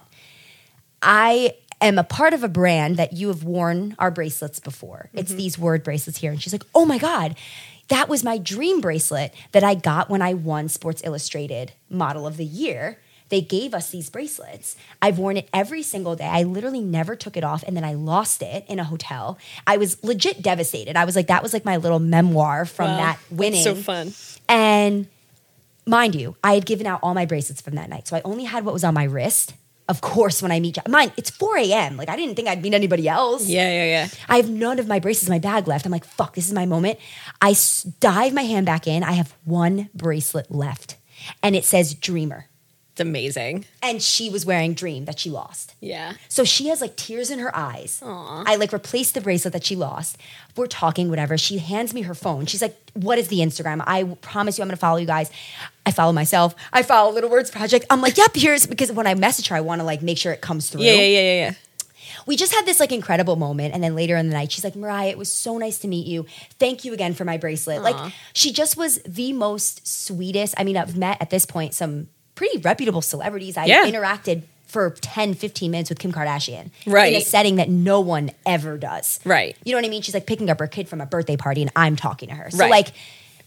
[SPEAKER 2] I am a part of a brand that you have worn our bracelets before. It's
[SPEAKER 3] Mm-hmm.
[SPEAKER 2] these word bracelets here. And she's like, oh my God, that was my dream bracelet that I got when I won Sports Illustrated Model of the Year. They gave us these bracelets. I've worn it every single day. I literally never took it off. And then I lost it in a hotel. I was legit devastated. I was like, that was like my little memoir from
[SPEAKER 3] Wow.
[SPEAKER 2] that
[SPEAKER 3] That's
[SPEAKER 2] winning.
[SPEAKER 3] so fun.
[SPEAKER 2] And mind you, I had given out all my bracelets from that night. So I only had what was on my wrist. Of course, when I meet mine, it's 4 a.m. Like I didn't think I'd meet anybody else.
[SPEAKER 3] yeah, yeah, yeah.
[SPEAKER 2] I have none of my bracelets in my bag left. I'm like, fuck, this is my moment. I s- dive my hand back in. I have one bracelet left and it says Dreamer.
[SPEAKER 3] It's amazing.
[SPEAKER 2] And she was wearing Dream that she lost.
[SPEAKER 3] Yeah.
[SPEAKER 2] So she has like tears in her eyes. I like replaced the bracelet that she lost. We're talking, whatever. She hands me her phone. She's like, What is the Instagram? I promise you, I'm gonna follow you guys. I follow myself. I follow Little Words Project. I'm like, Yep, here's because when I message her, I wanna like make sure it comes through
[SPEAKER 3] Yeah, yeah, yeah, yeah, yeah.
[SPEAKER 2] we just had this like incredible moment. And then later in the night, she's like, Mariah, it was so nice to meet you. Thank you again for my bracelet. Like, she just was the most sweetest. I mean, I've met at this point some pretty reputable celebrities. I
[SPEAKER 3] Yeah.
[SPEAKER 2] interacted for 10, 15 minutes with Kim Kardashian in a
[SPEAKER 3] Right.
[SPEAKER 2] setting that no one ever does.
[SPEAKER 3] Right.
[SPEAKER 2] You know what I mean? She's like picking up her kid from a birthday party and I'm talking to her. So
[SPEAKER 3] Right.
[SPEAKER 2] like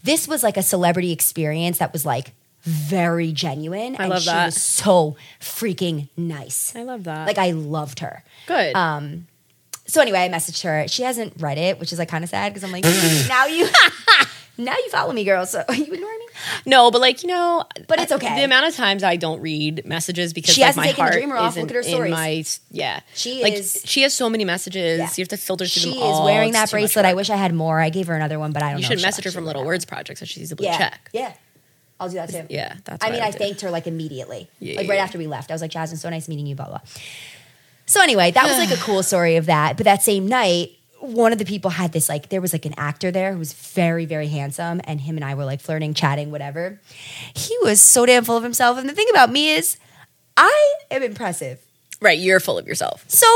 [SPEAKER 2] this was like a celebrity experience that was like very genuine.
[SPEAKER 3] I
[SPEAKER 2] and
[SPEAKER 3] love
[SPEAKER 2] she
[SPEAKER 3] that.
[SPEAKER 2] was so freaking nice.
[SPEAKER 3] I love that.
[SPEAKER 2] Like I loved her.
[SPEAKER 3] Good.
[SPEAKER 2] Um so anyway, I messaged her. She hasn't read it, which is like kind of sad because I'm
[SPEAKER 3] [laughs]
[SPEAKER 2] like, now you [laughs] now you follow me, girl. So [laughs] you ignore me.
[SPEAKER 3] no, but like you know,
[SPEAKER 2] But it's
[SPEAKER 3] I-
[SPEAKER 2] okay.
[SPEAKER 3] The amount of times I don't read messages because
[SPEAKER 2] She
[SPEAKER 3] like,
[SPEAKER 2] hasn't
[SPEAKER 3] my
[SPEAKER 2] taken the
[SPEAKER 3] heart
[SPEAKER 2] dreamer off.
[SPEAKER 3] isn't
[SPEAKER 2] Look at her
[SPEAKER 3] in
[SPEAKER 2] stories.
[SPEAKER 3] my s- yeah.
[SPEAKER 2] She
[SPEAKER 3] like,
[SPEAKER 2] is-
[SPEAKER 3] She has so many messages.
[SPEAKER 2] Yeah.
[SPEAKER 3] You have to filter through
[SPEAKER 2] She
[SPEAKER 3] them
[SPEAKER 2] is
[SPEAKER 3] all.
[SPEAKER 2] wearing
[SPEAKER 3] It's
[SPEAKER 2] that
[SPEAKER 3] too much
[SPEAKER 2] bracelet. I
[SPEAKER 3] work.
[SPEAKER 2] wish I had more. I gave her another one, but I don't
[SPEAKER 3] You
[SPEAKER 2] know.
[SPEAKER 3] should
[SPEAKER 2] if she'll
[SPEAKER 3] message her from
[SPEAKER 2] actually
[SPEAKER 3] Little Words Project so she's able
[SPEAKER 2] Yeah.
[SPEAKER 3] to check.
[SPEAKER 2] Yeah. I'll do that too.
[SPEAKER 3] Yeah, that's
[SPEAKER 2] I
[SPEAKER 3] what
[SPEAKER 2] mean,
[SPEAKER 3] I
[SPEAKER 2] I,
[SPEAKER 3] would do.
[SPEAKER 2] thanked her like immediately,
[SPEAKER 3] Yeah,
[SPEAKER 2] like
[SPEAKER 3] yeah,
[SPEAKER 2] right
[SPEAKER 3] yeah.
[SPEAKER 2] after we left. I was like, Jasmine, so nice meeting you, blah, blah. So anyway, that was like
[SPEAKER 3] [sighs]
[SPEAKER 2] a cool story of that. But that same night, one of the people had this like, there was like an actor there who was very, very handsome, and him and I were like flirting, chatting, whatever. He was so damn full of himself. And the thing about me is, I am impressive.
[SPEAKER 3] Right, you're full of yourself.
[SPEAKER 2] So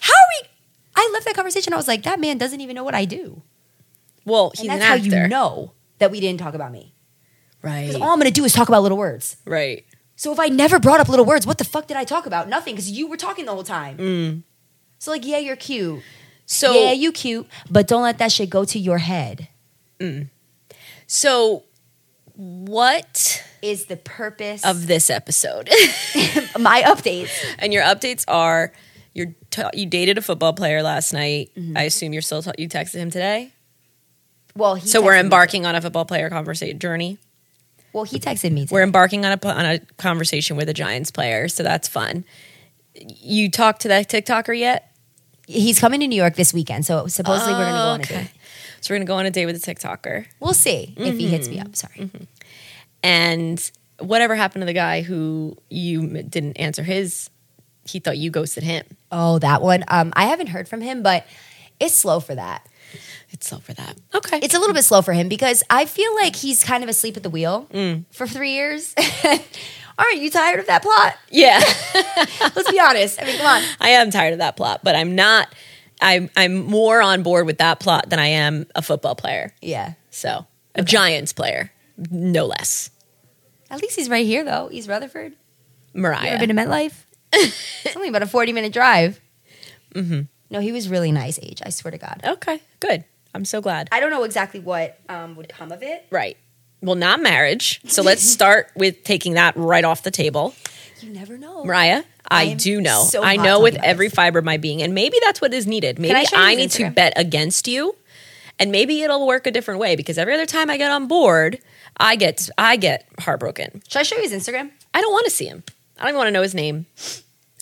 [SPEAKER 2] how are we? I left that conversation. I was like, that man doesn't even know what I do.
[SPEAKER 3] Well, he's
[SPEAKER 2] And
[SPEAKER 3] an
[SPEAKER 2] that's how
[SPEAKER 3] actor.
[SPEAKER 2] you know that we didn't talk about me.
[SPEAKER 3] Right.
[SPEAKER 2] Because all I'm going to do is talk about little words.
[SPEAKER 3] right.
[SPEAKER 2] So if I never brought up little words, what the fuck did I talk about? Nothing, because you were talking the whole time. So like, yeah, you're cute.
[SPEAKER 3] So
[SPEAKER 2] yeah, you cute, but don't let that shit go to your head.
[SPEAKER 3] so what
[SPEAKER 2] Is the purpose
[SPEAKER 3] of this
[SPEAKER 2] [laughs]
[SPEAKER 3] episode? [laughs]
[SPEAKER 2] my updates?
[SPEAKER 3] and your updates are you're t- you dated a football player last night. I assume you're still t- you texted him today.
[SPEAKER 2] Well, he
[SPEAKER 3] so we're
[SPEAKER 2] texted me-
[SPEAKER 3] embarking on a football player conversation journey.
[SPEAKER 2] Well, he texted me. Today.
[SPEAKER 3] We're embarking on a on a conversation with a Giants player, so that's fun. You talked to that TikToker yet?
[SPEAKER 2] He's coming to New York this weekend, so supposedly we're going to go on a
[SPEAKER 3] Okay.
[SPEAKER 2] date.
[SPEAKER 3] So we're gonna go on a date with a TikToker.
[SPEAKER 2] We'll see if he hits me up. Sorry.
[SPEAKER 3] and whatever happened to the guy who you m- didn't answer his he thought you ghosted him
[SPEAKER 2] Oh, that one. Um, I haven't heard from him, but it's slow for that.
[SPEAKER 3] it's so for that okay
[SPEAKER 2] It's a little bit slow for him because I feel like he's kind of asleep at the wheel for three years. [laughs] Aren't you tired of that plot?
[SPEAKER 3] yeah
[SPEAKER 2] Let's be honest. I mean, come on.
[SPEAKER 3] i am tired of that plot but i'm not i'm i'm more on board with that plot than i am a football player
[SPEAKER 2] Yeah.
[SPEAKER 3] so a giants player no less
[SPEAKER 2] At least he's right here, though. East Rutherford. You
[SPEAKER 3] mariah
[SPEAKER 2] ever been to [laughs] MetLife? it's only about a 40 minute drive. Mm-hmm. No, he was really nice, age. I swear to God.
[SPEAKER 3] okay good i'm so glad
[SPEAKER 2] I don't know exactly what um, would come of it.
[SPEAKER 3] right well not marriage so
[SPEAKER 2] [laughs]
[SPEAKER 3] let's start with taking that right off the table
[SPEAKER 2] You never know.
[SPEAKER 3] Mariah, I
[SPEAKER 2] I'm
[SPEAKER 3] do know.
[SPEAKER 2] so
[SPEAKER 3] I
[SPEAKER 2] hot
[SPEAKER 3] know
[SPEAKER 2] talking
[SPEAKER 3] with
[SPEAKER 2] about
[SPEAKER 3] every fiber of my being, and maybe that's what is needed. Maybe
[SPEAKER 2] I
[SPEAKER 3] I,
[SPEAKER 2] show you his
[SPEAKER 3] need to
[SPEAKER 2] Instagram?
[SPEAKER 3] bet against you, and maybe it'll work a different way because every other time I get on board, I get I get heartbroken.
[SPEAKER 2] Should I show you his Instagram?
[SPEAKER 3] I don't want to see him. I don't even want to know his name.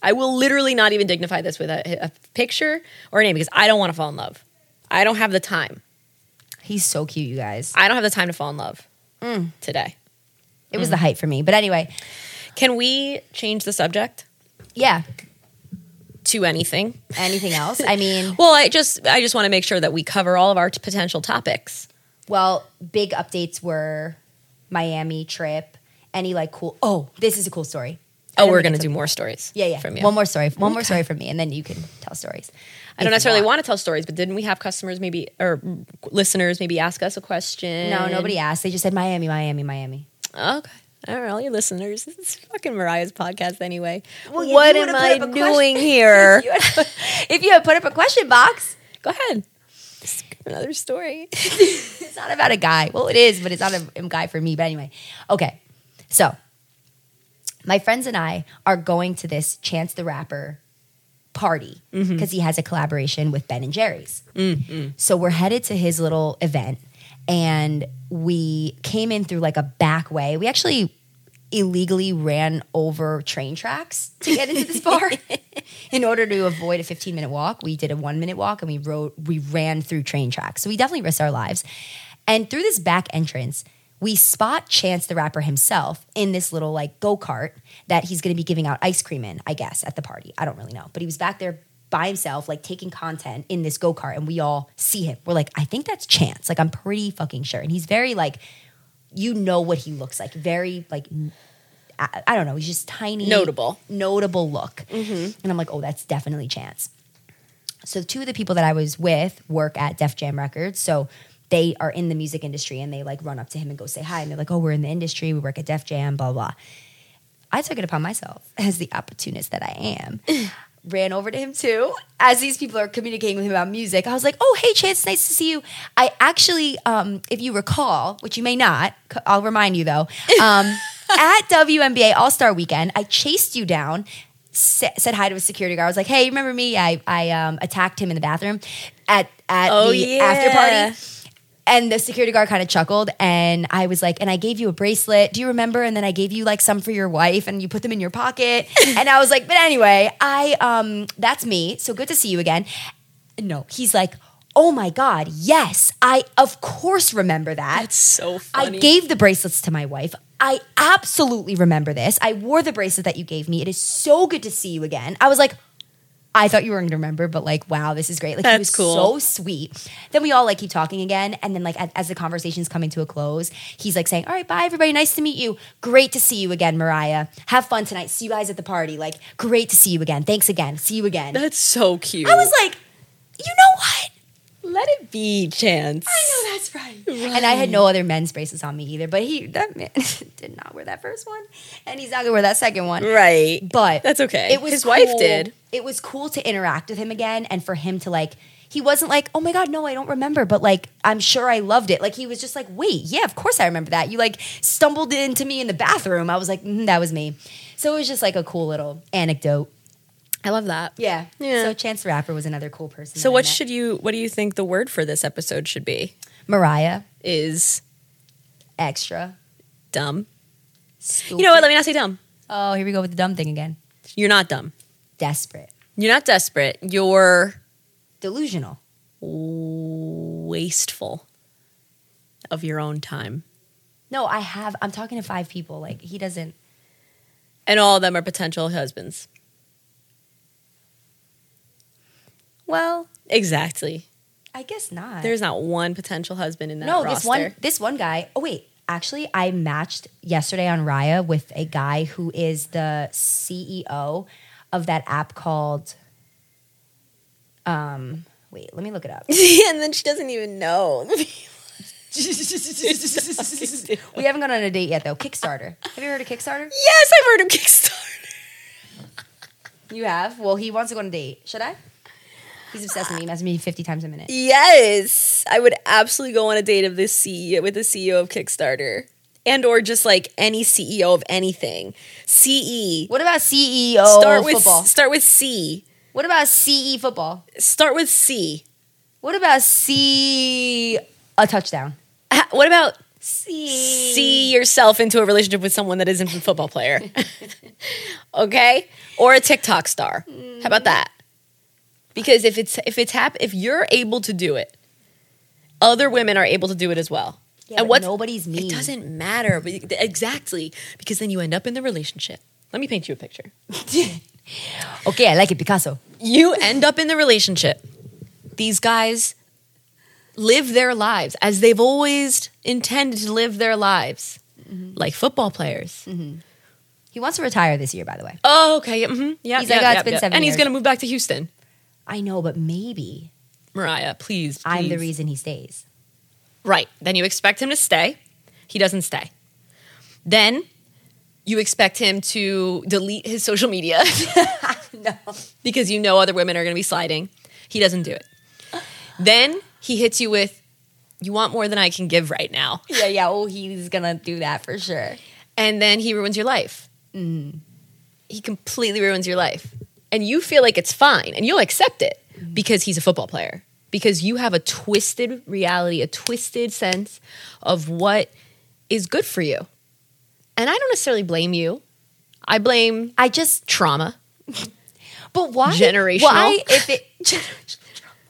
[SPEAKER 3] I will literally not even dignify this with a, a picture or a name because I don't want to fall in love. I don't have the time.
[SPEAKER 2] He's so cute, you guys.
[SPEAKER 3] I don't have the time to fall in love
[SPEAKER 2] Mm.
[SPEAKER 3] today.
[SPEAKER 2] It was the height for me. But anyway,
[SPEAKER 3] Can we change the subject
[SPEAKER 2] yeah.
[SPEAKER 3] to anything?
[SPEAKER 2] Anything else? I [laughs] mean,
[SPEAKER 3] Well, I just I just want to make sure that we cover all of our t- potential topics.
[SPEAKER 2] Well, big updates were Miami trip. Any like cool? Oh, this is a cool story. I
[SPEAKER 3] Oh,
[SPEAKER 2] don't
[SPEAKER 3] we're
[SPEAKER 2] think
[SPEAKER 3] gonna
[SPEAKER 2] it's
[SPEAKER 3] do
[SPEAKER 2] okay.
[SPEAKER 3] more stories.
[SPEAKER 2] Yeah, yeah.
[SPEAKER 3] From you.
[SPEAKER 2] One more story. One more story from me, and then you can tell stories.
[SPEAKER 3] I don't necessarily want to tell stories, but didn't we have customers maybe or listeners maybe ask us a question?
[SPEAKER 2] No, nobody asked. They just said Miami, Miami, Miami. [laughs]
[SPEAKER 3] Okay. All right, all your listeners. This is fucking Mariah's podcast anyway.
[SPEAKER 2] Well, if you
[SPEAKER 3] what
[SPEAKER 2] wanna
[SPEAKER 3] am
[SPEAKER 2] put
[SPEAKER 3] I
[SPEAKER 2] up a
[SPEAKER 3] doing
[SPEAKER 2] question-
[SPEAKER 3] here?
[SPEAKER 2] [laughs] if you had put up a question box,
[SPEAKER 3] Go ahead. Just Another story. [laughs]
[SPEAKER 2] it's not about a guy. Well, it is, but it's not a, a guy for me. But anyway, okay. So my friends and I are going to this Chance the Rapper party because
[SPEAKER 3] Mm-hmm.
[SPEAKER 2] he has a collaboration with Ben and Jerry's. So we're headed to his little event, and we came in through like a back way. We actually illegally ran over train tracks to get into this bar in order to avoid a 15 minute walk we did a one minute walk and we rode we ran through train tracks so we definitely risked our lives and through this back entrance we spot chance the rapper himself in this little like go-kart that he's going to be giving out ice cream in i guess at the party i don't really know but he was back there by himself like taking content in this go-kart and we all see him we're like i think that's chance like i'm pretty fucking sure and he's very like you know what he looks like. Very like I, I don't know. He's just tiny,
[SPEAKER 3] Notable.
[SPEAKER 2] notable look. And I'm like, oh, that's definitely Chance. So two of the people that I was with work at Def Jam Records, so they are in the music industry and they like run up to him and go say hi and they're like, oh, we're in the industry, we work at Def Jam, blah blah. I took it upon myself [laughs] as the opportunist that I am. [laughs] Ran over to him too. As these people are communicating with him about music, I was like, "Oh, hey, Chance, nice to see you." I actually, um, if you recall, which you may not, c- I'll remind you
[SPEAKER 3] [laughs]
[SPEAKER 2] though. Um, at WNBA All Star Weekend, I chased you down, sa- said hi to a security guard. I was like, "Hey, you remember me? I I um, attacked him in the bathroom at at
[SPEAKER 3] Oh,
[SPEAKER 2] the after
[SPEAKER 3] yeah.
[SPEAKER 2] party." And the security guard kind of chuckled, and I was like, and I gave you a bracelet. Do you remember? And then I gave you like some for your wife, and you put them in your pocket. and I was like, but anyway, I um, that's me. So good to see you again. No, he's like, oh my god, yes, I of course remember that.
[SPEAKER 3] That's so
[SPEAKER 2] I
[SPEAKER 3] funny.
[SPEAKER 2] gave the bracelets to my wife. I absolutely remember this. I wore the bracelet that you gave me. It is so good to see you again. I was like, I thought you were going to remember, but like, wow, this is great. Like, he
[SPEAKER 3] That's
[SPEAKER 2] was
[SPEAKER 3] cool.
[SPEAKER 2] so sweet. Then we all like keep talking again, and then like as, as the conversation's coming to a close, he's like saying, "All right, bye everybody. Nice to meet you. Great to see you again, Mariah. Have fun tonight. See you guys at the party. Like, great to see you again. Thanks again. See you again."
[SPEAKER 3] That's so cute.
[SPEAKER 2] I was like, you know what?
[SPEAKER 3] let it be, Chance.
[SPEAKER 2] I know that's right. And I had no other men's braces on me either. But he that man [laughs] did not wear that first one, and he's not gonna wear that second one.
[SPEAKER 3] Right.
[SPEAKER 2] But
[SPEAKER 3] That's okay.
[SPEAKER 2] It was
[SPEAKER 3] His wife
[SPEAKER 2] cool-
[SPEAKER 3] did.
[SPEAKER 2] It was cool to interact with him again, and for him to like. He wasn't like, oh my God, no, I don't remember, but like, I'm sure I loved it. Like, he was just like, wait, yeah, of course I remember that. You like stumbled into me in the bathroom. I was like, mm, that was me. So it was just like a cool little anecdote.
[SPEAKER 3] I love that.
[SPEAKER 2] Yeah.
[SPEAKER 3] Yeah.
[SPEAKER 2] So Chance the Rapper was another cool person. that
[SPEAKER 3] So
[SPEAKER 2] I
[SPEAKER 3] what
[SPEAKER 2] met.
[SPEAKER 3] should you what do you think the word for this episode should be?
[SPEAKER 2] Mariah,
[SPEAKER 3] Is
[SPEAKER 2] extra.
[SPEAKER 3] dumb. You know what? Let me not say dumb.
[SPEAKER 2] Oh, here we go with the dumb thing again.
[SPEAKER 3] You're not dumb.
[SPEAKER 2] Desperate.
[SPEAKER 3] You're not desperate. You're
[SPEAKER 2] Delusional.
[SPEAKER 3] wasteful of your own time.
[SPEAKER 2] No, I have I'm talking to five people. Like he doesn't
[SPEAKER 3] And all of them are potential husbands.
[SPEAKER 2] well,
[SPEAKER 3] Exactly.
[SPEAKER 2] I guess not.
[SPEAKER 3] There's not one potential husband in that
[SPEAKER 2] no,
[SPEAKER 3] roster.
[SPEAKER 2] this one this one guy. Oh wait, actually I matched yesterday on Raya with a guy who is the CEO of that app called um wait, let me look
[SPEAKER 3] [laughs]
[SPEAKER 2] it up.
[SPEAKER 3] [laughs] and then she doesn't even know. [laughs] yes,
[SPEAKER 2] we haven't gone on a date yet though. Kickstarter. Have you heard of Kickstarter?
[SPEAKER 3] I've heard of Kickstarter.
[SPEAKER 2] You have? Well, he wants to go on a date. Should I? He's obsessed with me. He messages me 50 times a
[SPEAKER 3] E
[SPEAKER 2] minute.
[SPEAKER 3] Yes, I would absolutely go on a date of this CEO with the CEO of Kickstarter, and or just like any CEO of anything. CE.
[SPEAKER 2] What about CEO
[SPEAKER 3] start with
[SPEAKER 2] football?
[SPEAKER 3] start with C.
[SPEAKER 2] What about CE football?
[SPEAKER 3] Start with C.
[SPEAKER 2] What about C a touchdown?
[SPEAKER 3] Ha- What about
[SPEAKER 2] C
[SPEAKER 3] see yourself into a relationship with someone that isn't a football player? [laughs] okay, or a TikTok star. How about that? Because if it's if it's hap- if you're able to do it, other women are able to do it as well.
[SPEAKER 2] Yeah,
[SPEAKER 3] and
[SPEAKER 2] but
[SPEAKER 3] what's
[SPEAKER 2] nobody's mean.
[SPEAKER 3] It doesn't matter but- exactly because then you end up in the relationship. Let me paint you a picture.
[SPEAKER 2] Okay, I like it, Picasso.
[SPEAKER 3] You end up in the relationship. These guys live their lives as they've always intended to live their lives,
[SPEAKER 2] Mm-hmm.
[SPEAKER 3] like football players.
[SPEAKER 2] He wants to retire this year, by the way.
[SPEAKER 3] Oh, okay. Mm-hmm. Yeah,
[SPEAKER 2] He's
[SPEAKER 3] yeah,
[SPEAKER 2] like, "Oh, it's
[SPEAKER 3] yeah,
[SPEAKER 2] been
[SPEAKER 3] yeah."
[SPEAKER 2] seven
[SPEAKER 3] and he's
[SPEAKER 2] years.
[SPEAKER 3] going to move back to Houston.
[SPEAKER 2] I know, but maybe
[SPEAKER 3] Mariah, please, please.
[SPEAKER 2] I'm the reason he stays.
[SPEAKER 3] Right. Then you expect him to stay. He doesn't stay. Then you expect him to delete his social media
[SPEAKER 2] [laughs]
[SPEAKER 3] [laughs]
[SPEAKER 2] No.
[SPEAKER 3] because you know other women are going to be sliding. He doesn't do it. Then he hits you with, You want more than I can give right now.
[SPEAKER 2] [laughs] Yeah, yeah. Oh, he's gonna do that for sure.
[SPEAKER 3] And then he ruins your life.
[SPEAKER 2] Mm.
[SPEAKER 3] He completely ruins your life. And you feel like it's fine and you'll accept it
[SPEAKER 2] Mm.
[SPEAKER 3] because he's a football player, because you have a twisted reality, a twisted sense of what is good for you. And I don't necessarily blame you, I blame
[SPEAKER 2] I just
[SPEAKER 3] trauma.
[SPEAKER 2] But why?
[SPEAKER 3] Generational.
[SPEAKER 2] Why if [laughs] it? generational trauma.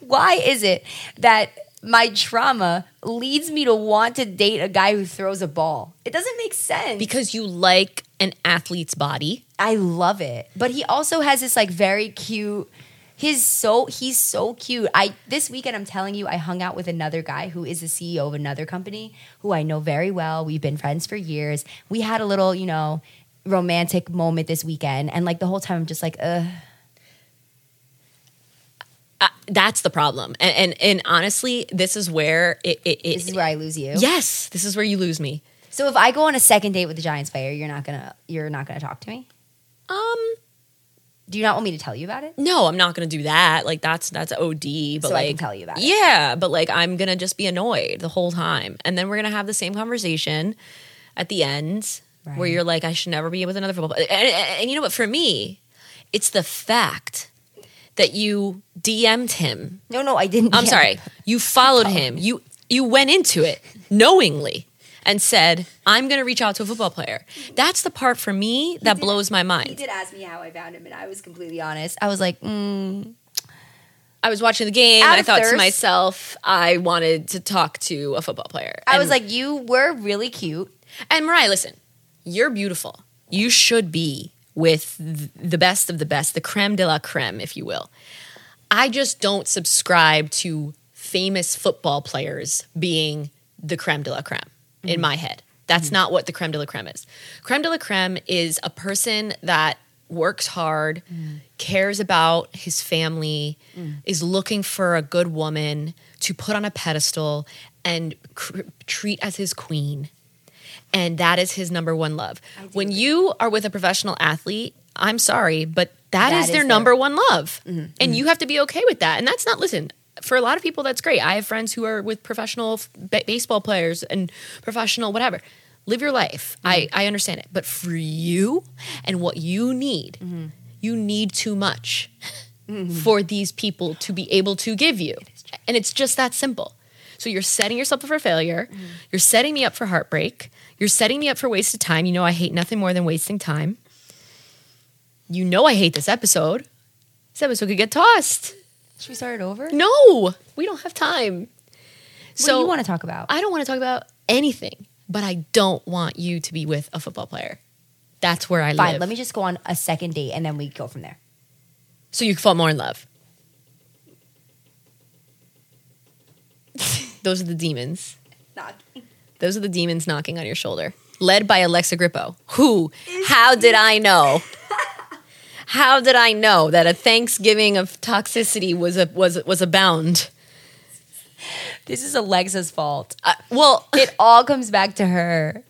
[SPEAKER 2] why is it that my trauma leads me to want to date a guy who throws a ball? It doesn't make sense.
[SPEAKER 3] because you like an athlete's body.
[SPEAKER 2] I love it. But he also has this like very cute. His so he's so cute. I this weekend I'm telling you I hung out with another guy who is the CEO of another company who I know very well. We've been friends for years. We had a little you know romantic moment this weekend, and like the whole time I'm just like, ugh.
[SPEAKER 3] Uh, that's the problem. And, and and honestly, this is where it, it, it
[SPEAKER 2] This is where I lose you.
[SPEAKER 3] Yes, this is where you lose me.
[SPEAKER 2] So if I go on a second date with a Giants player, you're not gonna you're not gonna talk to me.
[SPEAKER 3] Um,
[SPEAKER 2] Do you not want me to tell you about it?
[SPEAKER 3] no, I'm not gonna do that. Like that's that's OD. But
[SPEAKER 2] So I
[SPEAKER 3] like,
[SPEAKER 2] can tell you about it.
[SPEAKER 3] Yeah, but like I'm gonna just be annoyed the whole time, and then we're gonna have the same conversation at the end where
[SPEAKER 2] Right.
[SPEAKER 3] you're like, I should never be with another football. And, and, and you know what? For me, it's the fact that you DM'd him.
[SPEAKER 2] No, no, I didn't.
[SPEAKER 3] I'm
[SPEAKER 2] Yeah. Oh.
[SPEAKER 3] sorry, you followed him. You you went into it knowingly. And said, "I'm going to reach out to a football player." That's the part for me that
[SPEAKER 2] did-
[SPEAKER 3] blows my mind.
[SPEAKER 2] He did ask me how I found him, and I was completely honest. I was like, mm,
[SPEAKER 3] I was watching the game
[SPEAKER 2] Out
[SPEAKER 3] and I
[SPEAKER 2] of
[SPEAKER 3] thought
[SPEAKER 2] thirst.
[SPEAKER 3] to myself, I wanted to talk to a football player.
[SPEAKER 2] I
[SPEAKER 3] And-
[SPEAKER 2] was like, you were really cute.
[SPEAKER 3] and Mariah, listen, you're beautiful. You should be with th- the best of the best, the creme de la creme, if you will. I just don't subscribe to famous football players being the creme de la creme in my head. That's not what the creme de la creme is. Creme de la creme is a person that works hard, cares about his family, is looking for a good woman to put on a pedestal and cr- treat as his queen and that is his number one love. When you are with a professional athlete, I'm sorry, but that
[SPEAKER 2] That
[SPEAKER 3] is,
[SPEAKER 2] is
[SPEAKER 3] their
[SPEAKER 2] their-
[SPEAKER 3] number one love. And you have to be okay with that. And that's not, listen, for a lot of people, that's great. I have friends who are with professional f- ba- baseball players and professional whatever. Live your life. I, I understand it. But for you and what you need, you need too much for these people to be able to give you. And it's just that simple. So you're setting yourself up for failure. You're setting me up for heartbreak. You're setting me up for wasted time. You know, I hate nothing more than wasting time. You know, I hate this episode. This episode could get tossed.
[SPEAKER 2] Should we start it over? What
[SPEAKER 3] No, we don't have time.
[SPEAKER 2] do
[SPEAKER 3] so
[SPEAKER 2] you want to talk about?
[SPEAKER 3] I don't want to talk about anything, but I don't want you to be with a football player. That's where I
[SPEAKER 2] Fine,
[SPEAKER 3] live.
[SPEAKER 2] let me just go on a second date, and then we go from there.
[SPEAKER 3] so you fall more in love. [laughs] Those are the demons. Those are the demons knocking on your shoulder, led by Alexa Grippo. Who? How did
[SPEAKER 2] [laughs]
[SPEAKER 3] I know? How did I know that a Thanksgiving of toxicity was a was was abound?
[SPEAKER 2] This is Alexa's fault.
[SPEAKER 3] Uh, well,
[SPEAKER 2] [laughs] It all comes back to her.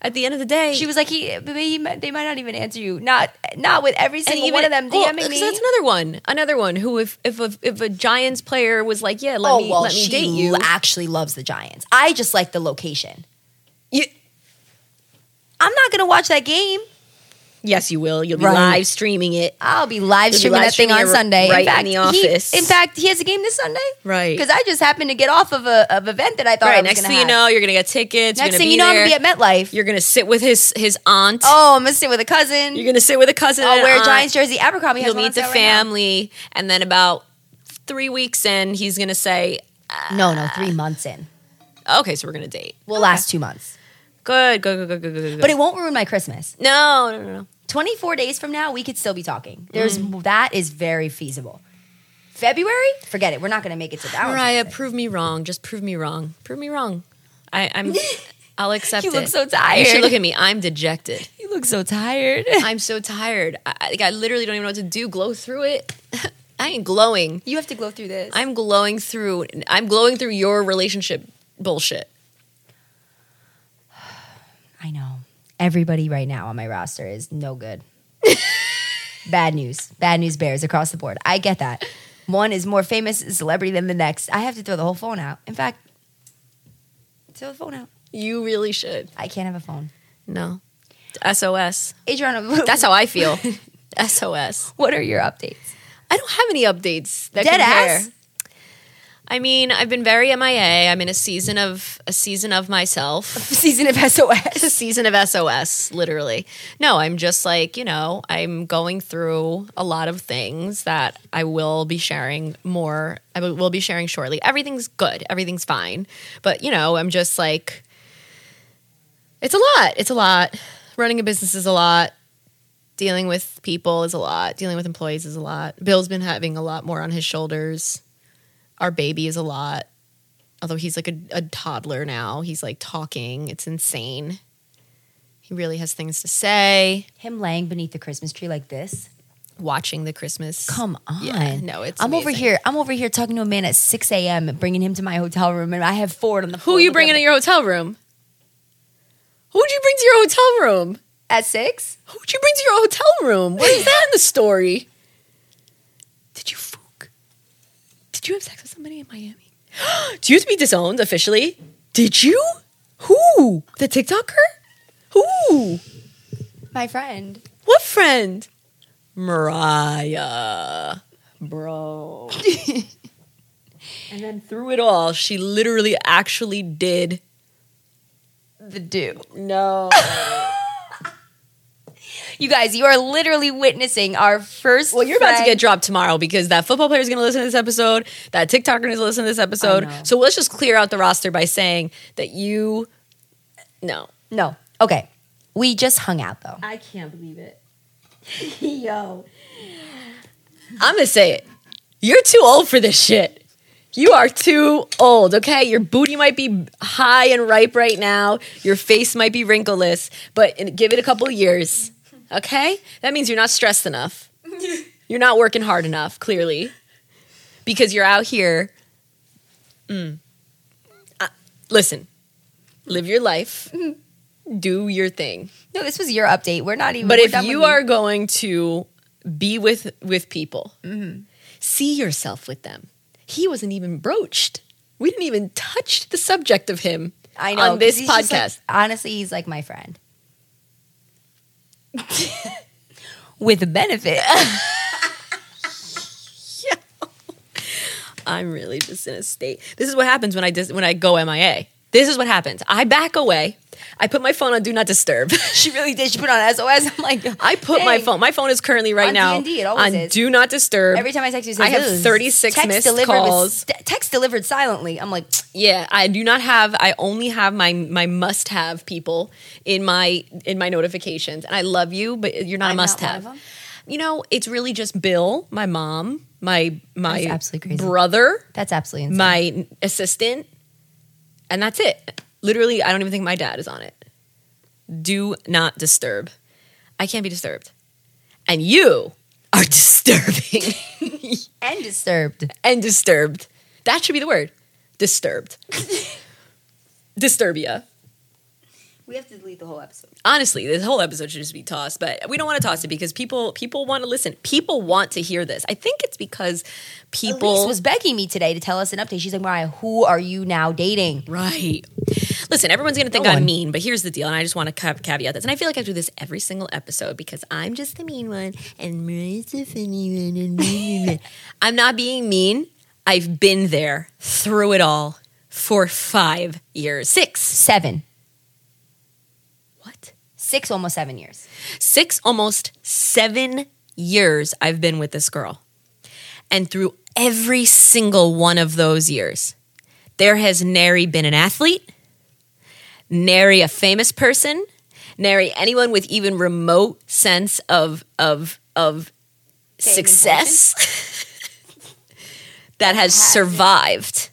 [SPEAKER 3] at the end of the day,
[SPEAKER 2] She was like, "He, but he might- they might not even answer you. Not, not with every single one of them
[SPEAKER 3] well,
[SPEAKER 2] DMing me."
[SPEAKER 3] so that's another one. Another one who, if if a, if a Giants player was like, yeah, let
[SPEAKER 2] oh
[SPEAKER 3] me
[SPEAKER 2] well,
[SPEAKER 3] let me
[SPEAKER 2] she
[SPEAKER 3] date you.
[SPEAKER 2] actually loves the Giants. I just like the location.
[SPEAKER 3] you.
[SPEAKER 2] I'm not gonna watch that game.
[SPEAKER 3] Yes, you will. You'll be
[SPEAKER 2] Right.
[SPEAKER 3] live streaming it.
[SPEAKER 2] I'll be live
[SPEAKER 3] be
[SPEAKER 2] streaming
[SPEAKER 3] live
[SPEAKER 2] that thing
[SPEAKER 3] streaming
[SPEAKER 2] on
[SPEAKER 3] it
[SPEAKER 2] Sunday. in
[SPEAKER 3] right in
[SPEAKER 2] fact,
[SPEAKER 3] the
[SPEAKER 2] he-
[SPEAKER 3] office.
[SPEAKER 2] in fact, he has a game this Sunday.
[SPEAKER 3] Right.
[SPEAKER 2] Because I just happened to get off of a of event that Oh, I thought. I
[SPEAKER 3] right.
[SPEAKER 2] was
[SPEAKER 3] Next
[SPEAKER 2] gonna
[SPEAKER 3] thing you
[SPEAKER 2] have.
[SPEAKER 3] know, you're gonna get
[SPEAKER 2] next
[SPEAKER 3] tickets. you're gonna
[SPEAKER 2] thing
[SPEAKER 3] be
[SPEAKER 2] you know,
[SPEAKER 3] there.
[SPEAKER 2] I'm gonna be at MetLife.
[SPEAKER 3] you're gonna sit with his his aunt.
[SPEAKER 2] oh, I'm gonna sit with a cousin.
[SPEAKER 3] You're gonna sit with a cousin.
[SPEAKER 2] I'll
[SPEAKER 3] and
[SPEAKER 2] wear a
[SPEAKER 3] aunt.
[SPEAKER 2] Giants jersey. Abercrombie.
[SPEAKER 3] He'll
[SPEAKER 2] has one on
[SPEAKER 3] meet the
[SPEAKER 2] sale right now.
[SPEAKER 3] family, and then about three weeks in, he's gonna say,
[SPEAKER 2] No, no, three months in.
[SPEAKER 3] "Okay, so we're gonna date."
[SPEAKER 2] Will last two months,
[SPEAKER 3] Good, good, good, good, good, good, good.
[SPEAKER 2] but it won't ruin my Christmas.
[SPEAKER 3] no, no, no, no.
[SPEAKER 2] 24 days from now, we could still be talking. There's that is very feasible. February? Forget it. We're not going to make it to that.
[SPEAKER 3] Mariah, prove me wrong. Just prove me wrong. Prove me wrong. I, [laughs] I'm. I'll accept
[SPEAKER 2] You
[SPEAKER 3] it.
[SPEAKER 2] look so tired.
[SPEAKER 3] You should look at me. I'm dejected.
[SPEAKER 2] [laughs] you look so tired.
[SPEAKER 3] I'm so tired. I, I- like, I literally don't even know what to do. Glow through it. [laughs] I ain't glowing.
[SPEAKER 2] you have to glow through this.
[SPEAKER 3] I'm glowing through. I'm glowing through your relationship bullshit.
[SPEAKER 2] I know. Everybody right now on my roster is no
[SPEAKER 3] [laughs]
[SPEAKER 2] good. Bad news. Bad news bears across the board. I get that. One is more famous celebrity than the next. I have to throw the whole phone out. In fact, throw the phone out.
[SPEAKER 3] You really should.
[SPEAKER 2] I can't have a phone.
[SPEAKER 3] No. SOS.
[SPEAKER 2] [laughs] Adriana,
[SPEAKER 3] That's how I [laughs] feel. SOS.
[SPEAKER 2] what are your updates?
[SPEAKER 3] I don't have any updates. That
[SPEAKER 2] Dead
[SPEAKER 3] compare.
[SPEAKER 2] ass?
[SPEAKER 3] I mean, I've been very MIA. I'm in a season of a season of myself.
[SPEAKER 2] Season of
[SPEAKER 3] a
[SPEAKER 2] SOS.
[SPEAKER 3] season of SOS, literally. No, I'm just like, you know, I'm going through a lot of things that I will be sharing more. I will will be sharing shortly. Everything's good. Everything's fine. But, you know, I'm just like it's a lot. It's a lot. Running a business is a lot. Dealing with people is a lot. Dealing with employees is a lot. Bill's been having a lot more on his shoulders. Our baby is a lot. Although he's like a, a toddler now, he's like talking. It's insane. He really has things to say.
[SPEAKER 2] Him laying beneath the Christmas tree like this.
[SPEAKER 3] Watching the Christmas.
[SPEAKER 2] Come on.
[SPEAKER 3] Yeah, no, it's
[SPEAKER 2] I'm over
[SPEAKER 3] amazing.
[SPEAKER 2] here. I'm over here talking to a man at 6 a.m. and bringing him to my hotel room, and I have Ford on the
[SPEAKER 3] Who
[SPEAKER 2] floor
[SPEAKER 3] you
[SPEAKER 2] looking
[SPEAKER 3] bringing
[SPEAKER 2] at
[SPEAKER 3] to your hotel room? Who'd you bring to your hotel room?
[SPEAKER 2] At six?
[SPEAKER 3] Who'd you bring to your hotel room? What is that in the story? Did you fuck? Did you have sex with somebody in Miami? [gasps] Do you have to be disowned officially? Did you? Who? The TikToker? Who?
[SPEAKER 2] My friend.
[SPEAKER 3] What friend? Mariah.
[SPEAKER 2] [laughs]
[SPEAKER 3] Bro. and then through it all, she literally actually did.
[SPEAKER 2] The do.
[SPEAKER 3] No.
[SPEAKER 2] You guys, you are literally witnessing our first.
[SPEAKER 3] Well, you're about to
[SPEAKER 2] friend-
[SPEAKER 3] get dropped tomorrow because that football player is going to listen to this episode. That TikToker is going to listen to this episode.
[SPEAKER 2] know.
[SPEAKER 3] So let's just clear out the roster by saying that you. No.
[SPEAKER 2] No. Okay. We just hung out though.
[SPEAKER 3] I can't believe it. [laughs] Yo. I'm going to say it. You're too old for this shit. You are too old, okay? Your booty might be high and ripe right now. Your face might be wrinkleless, but in- give it a couple years, okay? That means you're not stressed [laughs] enough. You're not working hard enough, clearly, because you're out here. Mm. Uh, listen, live your [laughs] life, do your thing.
[SPEAKER 2] No, this was your update. We're not even.
[SPEAKER 3] But
[SPEAKER 2] we're
[SPEAKER 3] if
[SPEAKER 2] done
[SPEAKER 3] you
[SPEAKER 2] with
[SPEAKER 3] are going to be with with people,
[SPEAKER 2] Mm-hmm.
[SPEAKER 3] see yourself with them. He wasn't even broached. We didn't even touch the subject of him
[SPEAKER 2] I know
[SPEAKER 3] on
[SPEAKER 2] 'cause
[SPEAKER 3] this
[SPEAKER 2] he's just like-
[SPEAKER 3] podcast.
[SPEAKER 2] honestly, he's like my friend. [laughs] With benefit. [laughs]
[SPEAKER 3] I'm really just in a state. This is what happens when I dis- when I go MIA. This is what happens. I back away. I put my phone on do not disturb.
[SPEAKER 2] [laughs] she really did. She put on SOS. I'm like,
[SPEAKER 3] I put my
[SPEAKER 2] dang.
[SPEAKER 3] phone. My phone is currently right
[SPEAKER 2] On
[SPEAKER 3] now
[SPEAKER 2] D&D, it always
[SPEAKER 3] on
[SPEAKER 2] is.
[SPEAKER 3] do not disturb.
[SPEAKER 2] Every time I text you, it says,
[SPEAKER 3] I have
[SPEAKER 2] "Ugh,
[SPEAKER 3] 36
[SPEAKER 2] text
[SPEAKER 3] missed
[SPEAKER 2] delivered with-
[SPEAKER 3] calls.
[SPEAKER 2] te- text delivered silently. I'm like,
[SPEAKER 3] Yeah, I do not have. I only have my my must have people in my in my notifications, and I love you, but you're not
[SPEAKER 2] I'm
[SPEAKER 3] a
[SPEAKER 2] not
[SPEAKER 3] must
[SPEAKER 2] one of
[SPEAKER 3] have.
[SPEAKER 2] them.
[SPEAKER 3] You know, it's really just Bill, my mom, my my
[SPEAKER 2] That's absolutely crazy.
[SPEAKER 3] brother,
[SPEAKER 2] that's absolutely insane.
[SPEAKER 3] my assistant, and that's it. Literally, I don't even think my dad is on it. Do not disturb. I can't be disturbed, and you are [laughs] disturbing
[SPEAKER 2] and disturbed.
[SPEAKER 3] and disturbed. That should be the word. Disturbed. [laughs] Disturbia.
[SPEAKER 2] We have to delete the whole episode.
[SPEAKER 3] Honestly, this whole episode should just be tossed, but we don't want to toss it because people people want to listen. People want to hear this. I think it's because people
[SPEAKER 2] Elise was begging me today to tell us an update. She's like, Mariah, who are you now dating?
[SPEAKER 3] Right. Listen, everyone's going to think
[SPEAKER 2] No
[SPEAKER 3] I'm
[SPEAKER 2] one.
[SPEAKER 3] mean, but here's the deal, and I just want to ca- caveat this. And I feel like I do this every single episode because I'm just the mean one, [laughs] and Mariah's the funny one, and blah, blah, blah. I'm not being mean. I've been there through it all for five years, six.
[SPEAKER 2] Seven.
[SPEAKER 3] What?
[SPEAKER 2] Six, almost seven years.
[SPEAKER 3] six, almost seven years I've been with this girl. And through every single one of those years, there has nary been an athlete, nary a famous person, nary anyone with even remote sense of of of
[SPEAKER 2] Fame and
[SPEAKER 3] success [laughs] that has survived.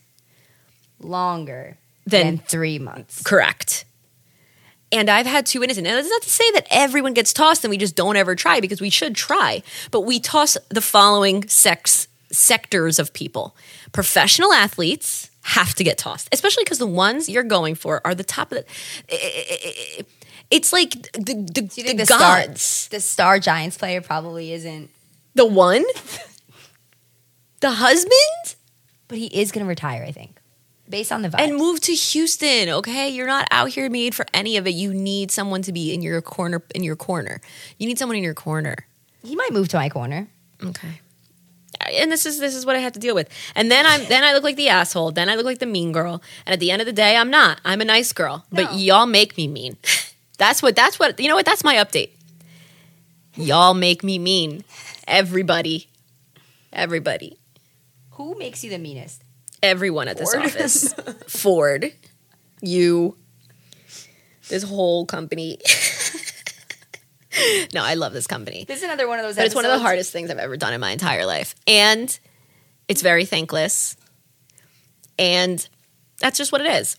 [SPEAKER 2] Longer
[SPEAKER 3] Than-
[SPEAKER 2] than three months.
[SPEAKER 3] Correct. And I've had two innocent. Now, that's not to say that everyone gets tossed and we just don't ever try because we should try. But we toss the following sex sectors of people. Professional athletes have to get tossed, especially because the ones you're going for are the eh, top of the. It's like the, the,
[SPEAKER 2] Do you
[SPEAKER 3] the,
[SPEAKER 2] think the,
[SPEAKER 3] gods.
[SPEAKER 2] star, the star Giants player probably isn't,
[SPEAKER 3] The one? [laughs] the husband?
[SPEAKER 2] but he is going to retire, I think, based on the vibe.
[SPEAKER 3] and move to Houston, okay? You're not out here made for any of it. You need someone to be in your corner in your corner. You need someone in your corner.
[SPEAKER 2] he might move to my corner.
[SPEAKER 3] Okay. And this is this is what I have to deal with. And then I'm then I look like the asshole, then I look like the mean girl, and at the end of the day I'm not. I'm a nice girl, but
[SPEAKER 2] No.
[SPEAKER 3] y'all make me mean. [laughs] that's what that's what you know what that's my update. Y'all make me mean. Everybody. Everybody.
[SPEAKER 2] Who makes you the meanest?
[SPEAKER 3] Everyone at this
[SPEAKER 2] Ford.
[SPEAKER 3] [laughs] office. Ford, you, this whole company. [laughs] no, I love this company.
[SPEAKER 2] This is another one of those.
[SPEAKER 3] But it's one of the
[SPEAKER 2] episodes-
[SPEAKER 3] hardest things I've ever done in my entire life. And it's very thankless. And that's just what it is.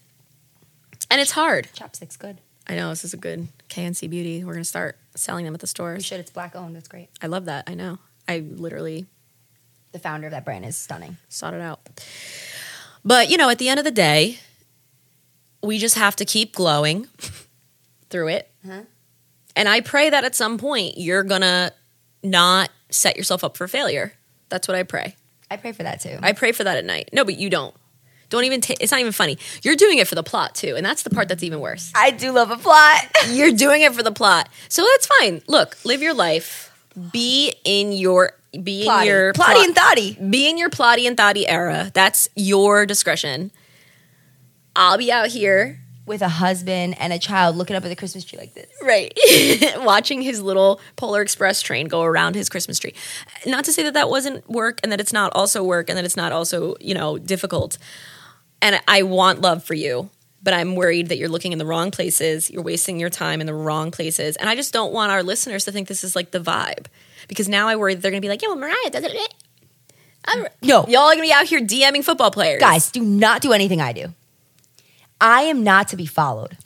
[SPEAKER 3] And it's hard.
[SPEAKER 2] Chopsticks, good.
[SPEAKER 3] I know this is a good KNC beauty. We're going to start selling them at the
[SPEAKER 2] You
[SPEAKER 3] stores.
[SPEAKER 2] should. It's black owned. That's great.
[SPEAKER 3] I love that. I know. I literally
[SPEAKER 2] The founder of that brand is stunning.
[SPEAKER 3] sought it out. But, you know, at the end of the day, we just have to keep glowing through it. And I pray that at some point you're going to not set yourself up for failure. That's what I pray.
[SPEAKER 2] I pray for that too.
[SPEAKER 3] I pray for that at night. No, but you don't. Don't even ta it's not even funny. You're doing it for the plot too, and that's the part that's even worse.
[SPEAKER 2] I do love a plot.
[SPEAKER 3] You're doing it for the plot. So that's fine. Look, live your life. Be in your be in your
[SPEAKER 2] Plotty,
[SPEAKER 3] plot-
[SPEAKER 2] plotty and thotty.
[SPEAKER 3] be in your plotty and thotty era. That's your discretion. I'll be out here,
[SPEAKER 2] With a husband and a child looking up at the Christmas tree like this.
[SPEAKER 3] right, [laughs] watching his little Polar Express train go around his Christmas tree. Not to say that that wasn't work and that it's not also work and that it's not also, you know, difficult. And I want love for you, but I'm worried that you're looking in the wrong places, you're wasting your time in the wrong places. And I just don't want our listeners to think this is like the vibe because now I worry that they're going to be like, yeah, well, Mariah does it. I'm-
[SPEAKER 2] No.
[SPEAKER 3] Y'all are going to be out here DMing football players.
[SPEAKER 2] Guys, do not do anything I do. I am not to be
[SPEAKER 3] [laughs]
[SPEAKER 2] followed.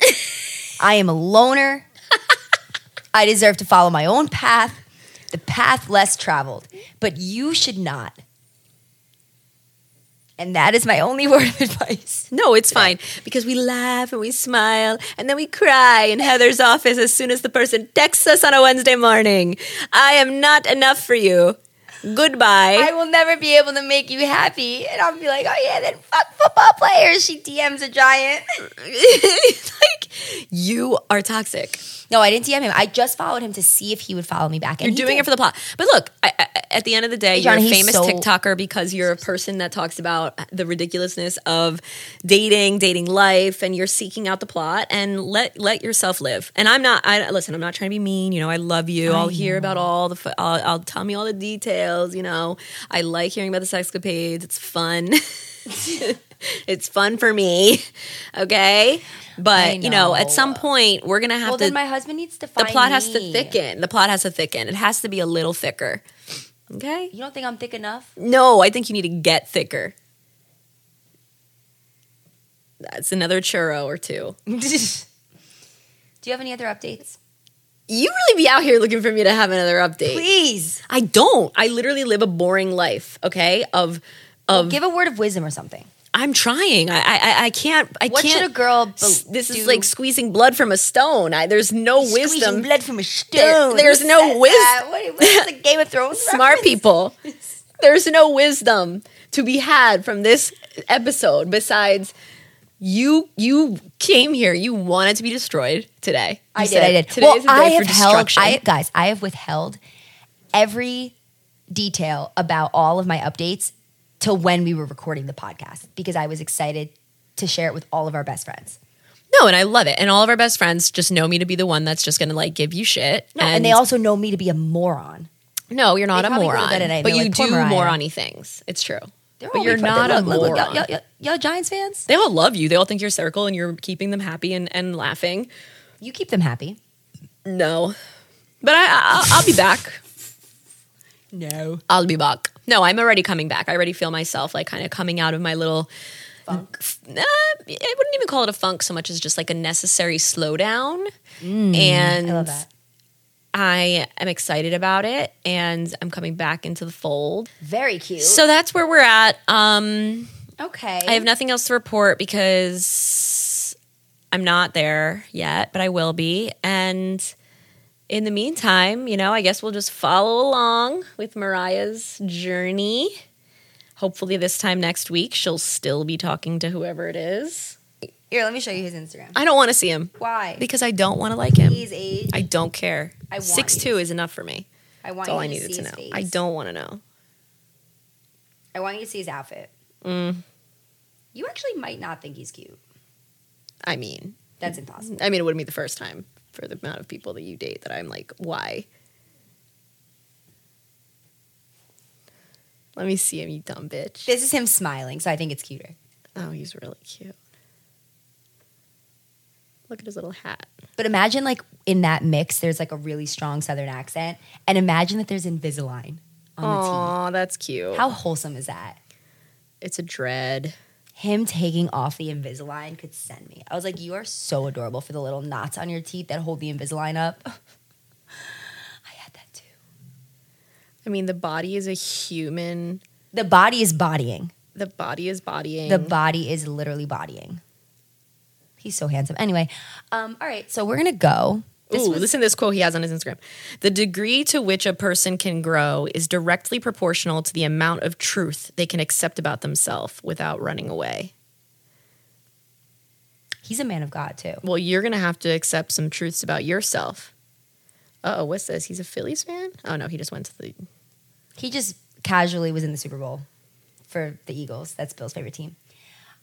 [SPEAKER 2] I am a loner. I deserve to follow my own path, the path less traveled. But you should not. And that is my only [laughs] word of advice.
[SPEAKER 3] No, it's fine because we laugh and we smile and then we cry in Heather's office as soon as the person texts us on a Wednesday morning. I am not enough for you.
[SPEAKER 2] I
[SPEAKER 3] Goodbye.
[SPEAKER 2] will never be able to make you happy. And I'll be like, oh yeah, then fuck football players. She DMs a
[SPEAKER 3] [laughs]
[SPEAKER 2] giant.
[SPEAKER 3] [laughs] like you are toxic.
[SPEAKER 2] No, I didn't DM him. I just followed him to see if he would follow me back. And
[SPEAKER 3] You're doing it for the plot. But look, I, I, at the end of the day,
[SPEAKER 2] Hey, Johnny,
[SPEAKER 3] you're a
[SPEAKER 2] he's
[SPEAKER 3] famous
[SPEAKER 2] so-
[SPEAKER 3] TikToker because you're a person that talks about the ridiculousness of dating, dating life, and you're seeking out the plot and let let yourself live. And I'm not. I listen. I'm not trying to be mean. You know, I love you. I will hear about all the. fu- I'll, I'll tell me all the details. You know, I like hearing about the sexcapades. It's fun. [laughs] it's fun for me. Okay,
[SPEAKER 2] I
[SPEAKER 3] but you know,
[SPEAKER 2] know.
[SPEAKER 3] at some point, we're gonna have
[SPEAKER 2] Well,
[SPEAKER 3] to
[SPEAKER 2] then my husband needs to
[SPEAKER 3] the
[SPEAKER 2] find
[SPEAKER 3] plot has to
[SPEAKER 2] me.
[SPEAKER 3] thicken. The plot has to thicken. It has to be a little thicker. Okay?
[SPEAKER 2] You don't think I'm thick [laughs] enough?
[SPEAKER 3] No, I think you need to get thicker. That's another churro or two.
[SPEAKER 2] Do you have any other updates?
[SPEAKER 3] You really be out here looking for me to have another update.
[SPEAKER 2] Please.
[SPEAKER 3] I don't. I literally live a boring life, okay? Of of
[SPEAKER 2] Give a word of wisdom or something.
[SPEAKER 3] I'm trying. I I I- I can't I
[SPEAKER 2] What
[SPEAKER 3] can't
[SPEAKER 2] should a girl be-
[SPEAKER 3] s- this
[SPEAKER 2] do?
[SPEAKER 3] is like squeezing blood from a stone. I, there's no
[SPEAKER 2] Squeezing
[SPEAKER 3] wisdom.
[SPEAKER 2] blood from a
[SPEAKER 3] There-
[SPEAKER 2] stone.
[SPEAKER 3] there's
[SPEAKER 2] Who
[SPEAKER 3] no
[SPEAKER 2] said
[SPEAKER 3] wis-
[SPEAKER 2] that? What, what [laughs] is the Game of Thrones?
[SPEAKER 3] smart
[SPEAKER 2] [laughs]
[SPEAKER 3] people. There's no wisdom to be had from this episode besides you you came here, you wanted to be destroyed today. You
[SPEAKER 2] I did.
[SPEAKER 3] said,
[SPEAKER 2] I did.
[SPEAKER 3] Today
[SPEAKER 2] Well,
[SPEAKER 3] is a day
[SPEAKER 2] I
[SPEAKER 3] for
[SPEAKER 2] have held.
[SPEAKER 3] destruction.
[SPEAKER 2] I guys, I have withheld every detail about all of my updates till when we were recording the podcast because I was excited to share it with all of our best friends.
[SPEAKER 3] no, and I love it. And all of our best friends just know me to be the one that's just gonna like give you shit.
[SPEAKER 2] No, and, they also know me to be a moron.
[SPEAKER 3] No, you're not
[SPEAKER 2] they
[SPEAKER 3] a
[SPEAKER 2] probably go to
[SPEAKER 3] moron.
[SPEAKER 2] bed at night and
[SPEAKER 3] But
[SPEAKER 2] they're
[SPEAKER 3] you
[SPEAKER 2] like, "Poor
[SPEAKER 3] do
[SPEAKER 2] Mariah."
[SPEAKER 3] morony things. It's true.
[SPEAKER 2] They're
[SPEAKER 3] But
[SPEAKER 2] all
[SPEAKER 3] you're
[SPEAKER 2] weak-
[SPEAKER 3] not
[SPEAKER 2] look,
[SPEAKER 3] a
[SPEAKER 2] look, look, Y'all,
[SPEAKER 3] moron.
[SPEAKER 2] y'all- y'all Giants fans,
[SPEAKER 3] They all love you. They all think you're hysterical and you're keeping them happy and, and laughing.
[SPEAKER 2] you keep them happy.
[SPEAKER 3] No. But I, I I'll be back.
[SPEAKER 2] No.
[SPEAKER 3] I'll be back. No, I'm already coming back. I already feel myself like kind of coming out of my little.
[SPEAKER 2] Funk.
[SPEAKER 3] Uh, I wouldn't even call it a funk so much as just like a necessary slowdown. and
[SPEAKER 2] Mm, I love that.
[SPEAKER 3] I am excited about it, and I'm coming back into the fold.
[SPEAKER 2] Very cute.
[SPEAKER 3] So that's where we're at. Um,
[SPEAKER 2] okay.
[SPEAKER 3] I have nothing else to report because I'm not there yet, but I will be. And in the meantime, you know, I guess we'll just follow along with Mariah's journey. Hopefully, this time next week, she'll still be talking to whoever it is.
[SPEAKER 2] Here, let me show you his Instagram.
[SPEAKER 3] I don't want to see him
[SPEAKER 2] Why?
[SPEAKER 3] because I don't want to like him.
[SPEAKER 2] He's age.
[SPEAKER 3] I don't care.
[SPEAKER 2] I want
[SPEAKER 3] Six two is enough for me.
[SPEAKER 2] I want
[SPEAKER 3] That's all
[SPEAKER 2] you
[SPEAKER 3] I
[SPEAKER 2] to
[SPEAKER 3] needed
[SPEAKER 2] see
[SPEAKER 3] to
[SPEAKER 2] his
[SPEAKER 3] know.
[SPEAKER 2] face.
[SPEAKER 3] I don't want to know.
[SPEAKER 2] I want you to see his outfit.
[SPEAKER 3] Mm,
[SPEAKER 2] You actually might not think he's cute.
[SPEAKER 3] I mean,
[SPEAKER 2] That's impossible.
[SPEAKER 3] I mean, it wouldn't be the first time for the amount of people that you date that I'm like, why? Let me see him, you dumb bitch.
[SPEAKER 2] This is him smiling, so I think it's cuter.
[SPEAKER 3] Oh, he's really cute. Look at his little hat.
[SPEAKER 2] But imagine like in that mix, there's like a really strong Southern accent, and imagine that there's Invisalign on
[SPEAKER 3] Aw, that's cute.
[SPEAKER 2] the T. How wholesome is that?
[SPEAKER 3] it's a dread.
[SPEAKER 2] Him taking off the Invisalign could send me. I was like, you are so adorable for the little knots on your teeth that hold the Invisalign up. [laughs] I had that too.
[SPEAKER 3] I mean, the body is a human.
[SPEAKER 2] The body is bodying.
[SPEAKER 3] The body is bodying.
[SPEAKER 2] The body is literally bodying. He's so handsome. Anyway, um, all right, so we're gonna go. This
[SPEAKER 3] Ooh,
[SPEAKER 2] was-
[SPEAKER 3] listen to this quote he has on his Instagram. The degree to which a person can grow is directly proportional to the amount of truth they can accept about themselves without running away.
[SPEAKER 2] He's a man of God too.
[SPEAKER 3] Well, you're going to have to accept some truths about yourself. Oh, what's this? He's a Phillies fan? Oh, no, he just went to the.
[SPEAKER 2] He just casually was in the Super Bowl for the Eagles. That's Bill's favorite team.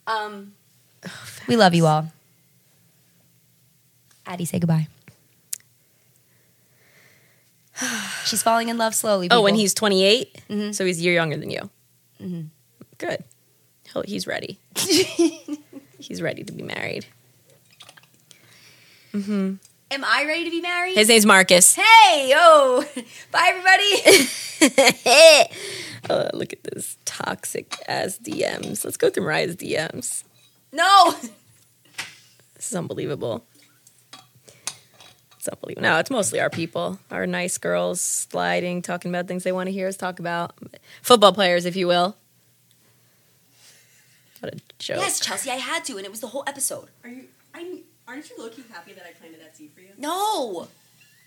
[SPEAKER 2] Um, we love you all. Addie, say goodbye. [sighs] She's falling in love slowly.
[SPEAKER 3] Oh, and
[SPEAKER 2] people.
[SPEAKER 3] he's 28,
[SPEAKER 2] Mhm.
[SPEAKER 3] so he's a year younger than you. Mm-hmm.
[SPEAKER 2] Mhm.
[SPEAKER 3] Good. Oh, he's ready. he's ready to be married.
[SPEAKER 2] [laughs] Am I ready to be married?
[SPEAKER 3] His name's Marcus.
[SPEAKER 2] hey, oh, [laughs] bye everybody. [laughs]
[SPEAKER 3] [laughs] Uh, look at this toxic ass DMs. Let's go through Mariah's DMs.
[SPEAKER 2] no,
[SPEAKER 3] This is unbelievable. It's unbelievable. No, it's mostly our people, our nice girls sliding, talking about things they want to hear us talk about. Football players, if you will. What a joke.
[SPEAKER 2] yes, Chelsea, I had to, and it was the whole episode.
[SPEAKER 4] Are you? I'm. Aren't you looking happy that I planned an Etsy for you?
[SPEAKER 2] No,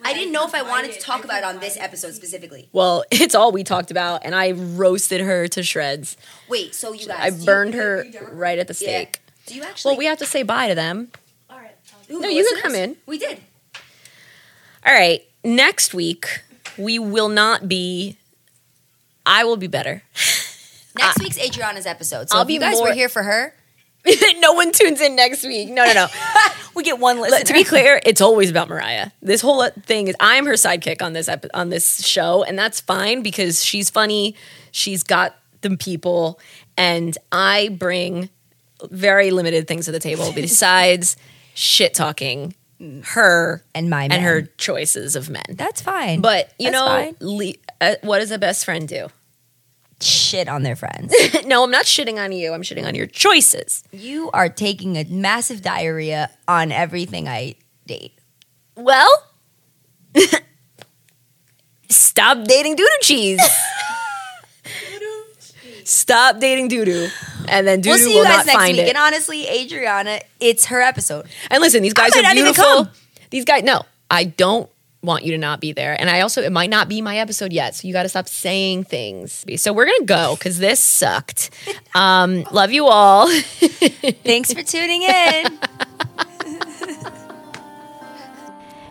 [SPEAKER 2] I didn't know if I wanted to talk about it on this
[SPEAKER 4] episode.
[SPEAKER 2] episode specifically.
[SPEAKER 3] Well, [laughs] it's all we talked about, and I roasted her to shreds.
[SPEAKER 2] Wait, so you
[SPEAKER 3] I
[SPEAKER 2] guys, do you-
[SPEAKER 3] burned her right at the
[SPEAKER 2] Yeah.
[SPEAKER 3] stake.
[SPEAKER 2] Do you actually?
[SPEAKER 3] Well, we have to say bye to them.
[SPEAKER 4] All right. I'll-
[SPEAKER 2] Ooh,
[SPEAKER 3] No, you can
[SPEAKER 2] listeners,
[SPEAKER 3] come in.
[SPEAKER 2] We did.
[SPEAKER 3] All right. Next week, we will not be. I will be better. [laughs]
[SPEAKER 2] Next week's Adriana's episode. So
[SPEAKER 3] I'll
[SPEAKER 2] if you
[SPEAKER 3] be
[SPEAKER 2] guys
[SPEAKER 3] more-
[SPEAKER 2] were here for her.
[SPEAKER 3] no one tunes in next week. No,
[SPEAKER 2] [laughs]
[SPEAKER 3] no, no.
[SPEAKER 2] we get one
[SPEAKER 3] Let- to be clear, it's always about Mariah. This whole thing is I'm her sidekick on this epi- on this show, and that's fine because she's funny. She's got the people, and I bring very limited things to the table besides [laughs] shit talking her
[SPEAKER 2] And my
[SPEAKER 3] and
[SPEAKER 2] men.
[SPEAKER 3] her choices of men.
[SPEAKER 2] That's fine.
[SPEAKER 3] But you
[SPEAKER 2] That's
[SPEAKER 3] know,
[SPEAKER 2] fine.
[SPEAKER 3] le- uh, what does a best friend do? [laughs]
[SPEAKER 2] shit on their [laughs] friends.
[SPEAKER 3] no, I'm not shitting on you. I'm shitting on your choices.
[SPEAKER 2] you are taking a massive diarrhea on everything I date.
[SPEAKER 3] Well, [laughs] stop dating doo doo
[SPEAKER 2] [laughs]
[SPEAKER 3] cheese. stop dating doo doo, and then doo
[SPEAKER 2] We'll
[SPEAKER 3] doo
[SPEAKER 2] see
[SPEAKER 3] will
[SPEAKER 2] you guys
[SPEAKER 3] not
[SPEAKER 2] next
[SPEAKER 3] find
[SPEAKER 2] week.
[SPEAKER 3] it.
[SPEAKER 2] And honestly, Adriana, it's her episode.
[SPEAKER 3] And listen, these guys
[SPEAKER 2] might
[SPEAKER 3] are
[SPEAKER 2] not even
[SPEAKER 3] beautiful.
[SPEAKER 2] come.
[SPEAKER 3] These guys, no, I don't want you to not be there. And I also, it might not be my episode yet, so you got to stop saying things. So we're gonna go because
[SPEAKER 2] [laughs]
[SPEAKER 3] this sucked. Um, love you all.
[SPEAKER 2] Thanks for tuning in.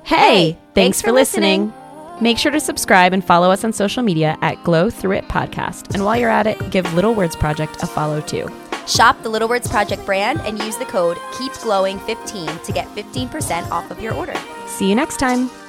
[SPEAKER 1] Hey, thanks for listening. Make sure to subscribe and follow us on social media at Glow Through It Podcast. And while you're at it, give Little Words Project a follow too.
[SPEAKER 2] [laughs] Shop the Little Words Project brand and use the code KEEPGLOWING15 to get 15% off of your order.
[SPEAKER 1] See you next time.